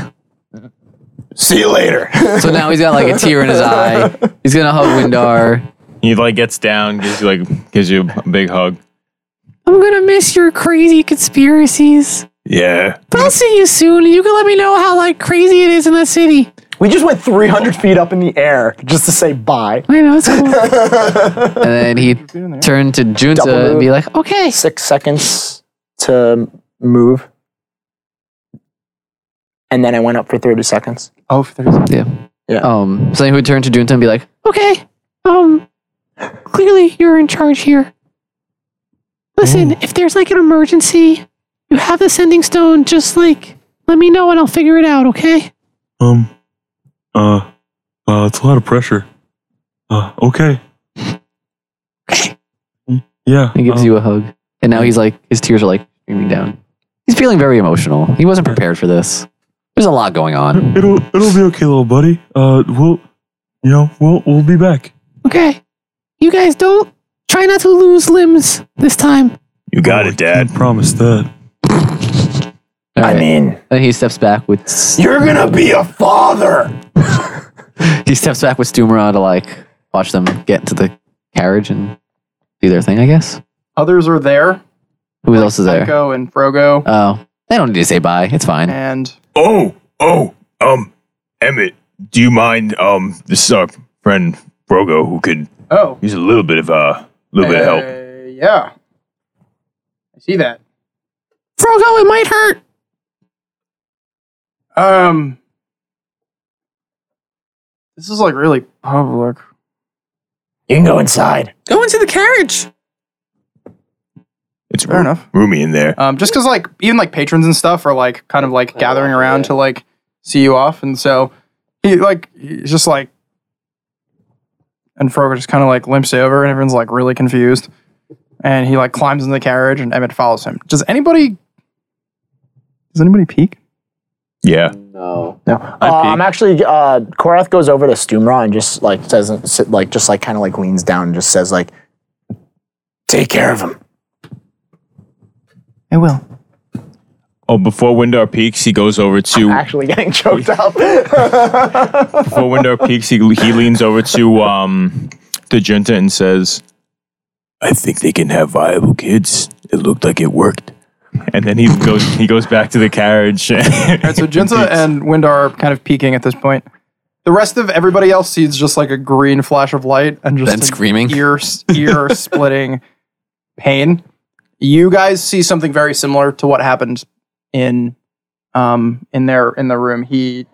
Speaker 3: See you later.
Speaker 5: So now he's got like a tear in his eye. He's gonna hug Windar.
Speaker 2: he like gets down, gives you like gives you a big hug.
Speaker 7: I'm gonna miss your crazy conspiracies,
Speaker 2: Yeah,
Speaker 7: but I'll see you soon. and You can let me know how like crazy it is in that city.
Speaker 6: we just went three hundred feet up in the air just to say bye.
Speaker 7: I know it's cool.
Speaker 5: And then he turned to Junta and be like, okay.
Speaker 6: Six seconds to move, and then I went up for thirty seconds.
Speaker 1: Oh, for 30 seconds.
Speaker 5: Yeah.
Speaker 6: Yeah.
Speaker 5: Um, so then he would turn to Junta and be like,
Speaker 7: Okay. Um clearly you're in charge here. Listen,
Speaker 9: Oh.
Speaker 7: if there's like an emergency, you have the sending stone, just like let me know and I'll figure it out, okay?
Speaker 8: Um, uh, uh, it's a lot of pressure. Uh, okay. Y- Yeah.
Speaker 5: he gives
Speaker 8: uh,
Speaker 5: you a hug. And now he's like, his tears are like streaming down. He's feeling very emotional. He wasn't prepared for this. There's a lot going on.
Speaker 8: It'll it'll be okay, little buddy. Uh, we'll, you know, we'll we'll be back.
Speaker 7: Okay. You guys don't try not to lose limbs this time.
Speaker 2: you got it, Dad.
Speaker 8: I promise that.
Speaker 5: All
Speaker 3: I
Speaker 5: right.
Speaker 3: mean,
Speaker 5: And he steps back with
Speaker 3: you're gonna be a father.
Speaker 5: he steps back with Stumra to like watch them get to the carriage and do their thing, I guess.
Speaker 1: Others are there.
Speaker 5: Who else is there?
Speaker 1: Echo and Frogo.
Speaker 5: Oh, they don't need to say bye. It's fine.
Speaker 1: And
Speaker 2: Oh, oh, um, Emmett, do you mind? Um, this is our friend Brogo who could
Speaker 1: oh,
Speaker 2: use a little bit of uh, little bit of help.
Speaker 1: uh, yeah, I see that.
Speaker 7: Frogo, it might hurt.
Speaker 1: Um, this is like really public.
Speaker 3: You can go inside.
Speaker 7: Go into the carriage.
Speaker 2: It's
Speaker 1: Fair enough.
Speaker 2: roomy in there.
Speaker 1: Um, just because like even like patrons and stuff are like kind of like gathering around to like see you off, and so he like he's just like, and Frogo just kind of like limps over, and everyone's like really confused, and he like climbs in the carriage, and Emmett follows him. Does anybody? Does anybody peek?
Speaker 2: Yeah.
Speaker 6: No, uh, I'm actually. Uh, Korath goes over to Stumra and just like says, sit, like just like kind of like leans down and just says like,
Speaker 3: Take care of him.
Speaker 1: I will.
Speaker 2: Oh, before Windar peaks, he goes over to
Speaker 6: Actually getting choked up.
Speaker 2: before Windar peaks. He, he leans over to um to Junta and says, "I think they can have viable Oh, kids. It looked like it worked." And then he goes he goes back to the carriage.
Speaker 1: All right, so Jinza and Windar are kind of peeking at this point. The rest of everybody else sees just like a green flash of light and just
Speaker 5: Then
Speaker 1: an
Speaker 5: screaming.
Speaker 1: ear ear splitting pain. You guys see something very similar to what happened in um in their in the room. He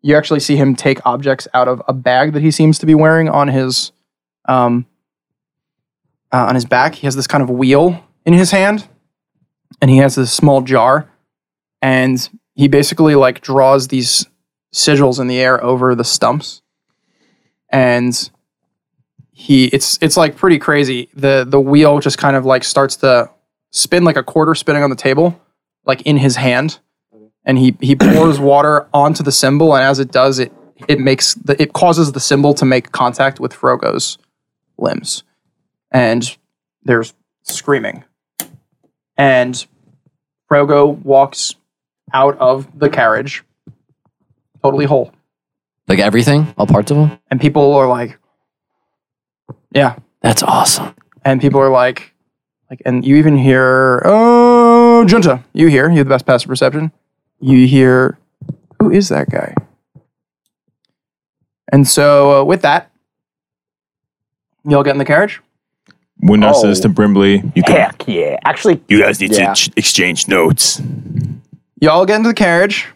Speaker 1: you actually see him take objects out of a bag that he seems to be wearing on his um uh, on his back. He has this kind of wheel in his hand and he has this small jar and he basically like draws these sigils in the air over the stumps and he it's it's like pretty crazy the the wheel just kind of like starts to spin like a quarter spinning on the table like in his hand and he he pours water onto the symbol and as it does it it makes the it causes the symbol to make contact with frogo's limbs and there's screaming and frogo walks out of the carriage, totally whole.
Speaker 5: Like everything, all parts of them.
Speaker 1: And people are like, yeah.
Speaker 5: That's awesome.
Speaker 1: And people are like, like, and you even hear, oh, Junta, you hear, you have the best passive perception. You hear, who is that guy? And so uh, with that, y'all get in the carriage.
Speaker 2: Windar says to Brimley, "You can,
Speaker 6: Heck Oh. yeah. Actually,
Speaker 2: you guys need to
Speaker 6: Yeah.
Speaker 2: ch- exchange notes."
Speaker 1: Y'all get into the carriage.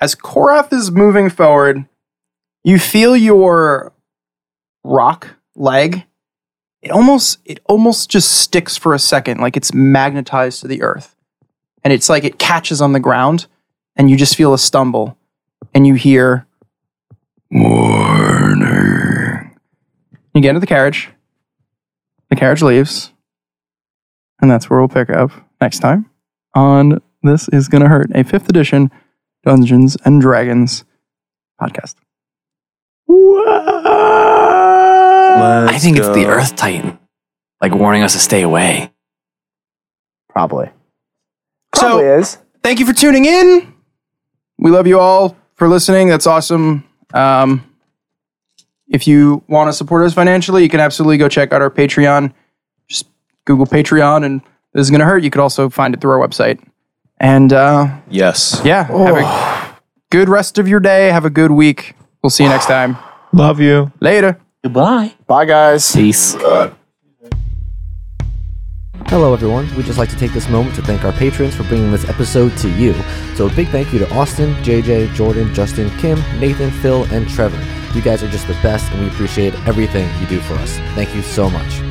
Speaker 1: As Korath is moving forward, you feel your rock leg. It almost it almost just sticks for a second, like it's magnetized to the earth. And it's like it catches on the ground, and you just feel a stumble, and you hear Warning. You get into the carriage. The carriage leaves. And that's where we'll pick up next time on This Is Gonna Hurt, a fifth edition Dungeons and Dragons podcast.
Speaker 5: I think it's the Earth Titan, like warning us to stay away.
Speaker 6: probably.
Speaker 1: So-
Speaker 6: Probably is.
Speaker 1: Thank you for tuning in. We love you all for listening. That's awesome. Um, if you want to support us financially, you can absolutely go check out our Patreon. Just Google Patreon, and this is gonna hurt. You could also find it through our website. And uh,
Speaker 4: Yes.
Speaker 1: yeah, have a good rest of your day. Have a good week. We'll see you next time.
Speaker 2: Love you.
Speaker 1: Later.
Speaker 4: Goodbye.
Speaker 6: Bye, guys.
Speaker 5: Peace.
Speaker 9: Hello, everyone. We'd just like to take this moment to thank our patrons for bringing this episode to you. So, a big thank you to Austin, JJ, Jordan, Justin, Kim, Nathan, Phil, and Trevor. You guys are just the best, and we appreciate everything you do for us. Thank you so much.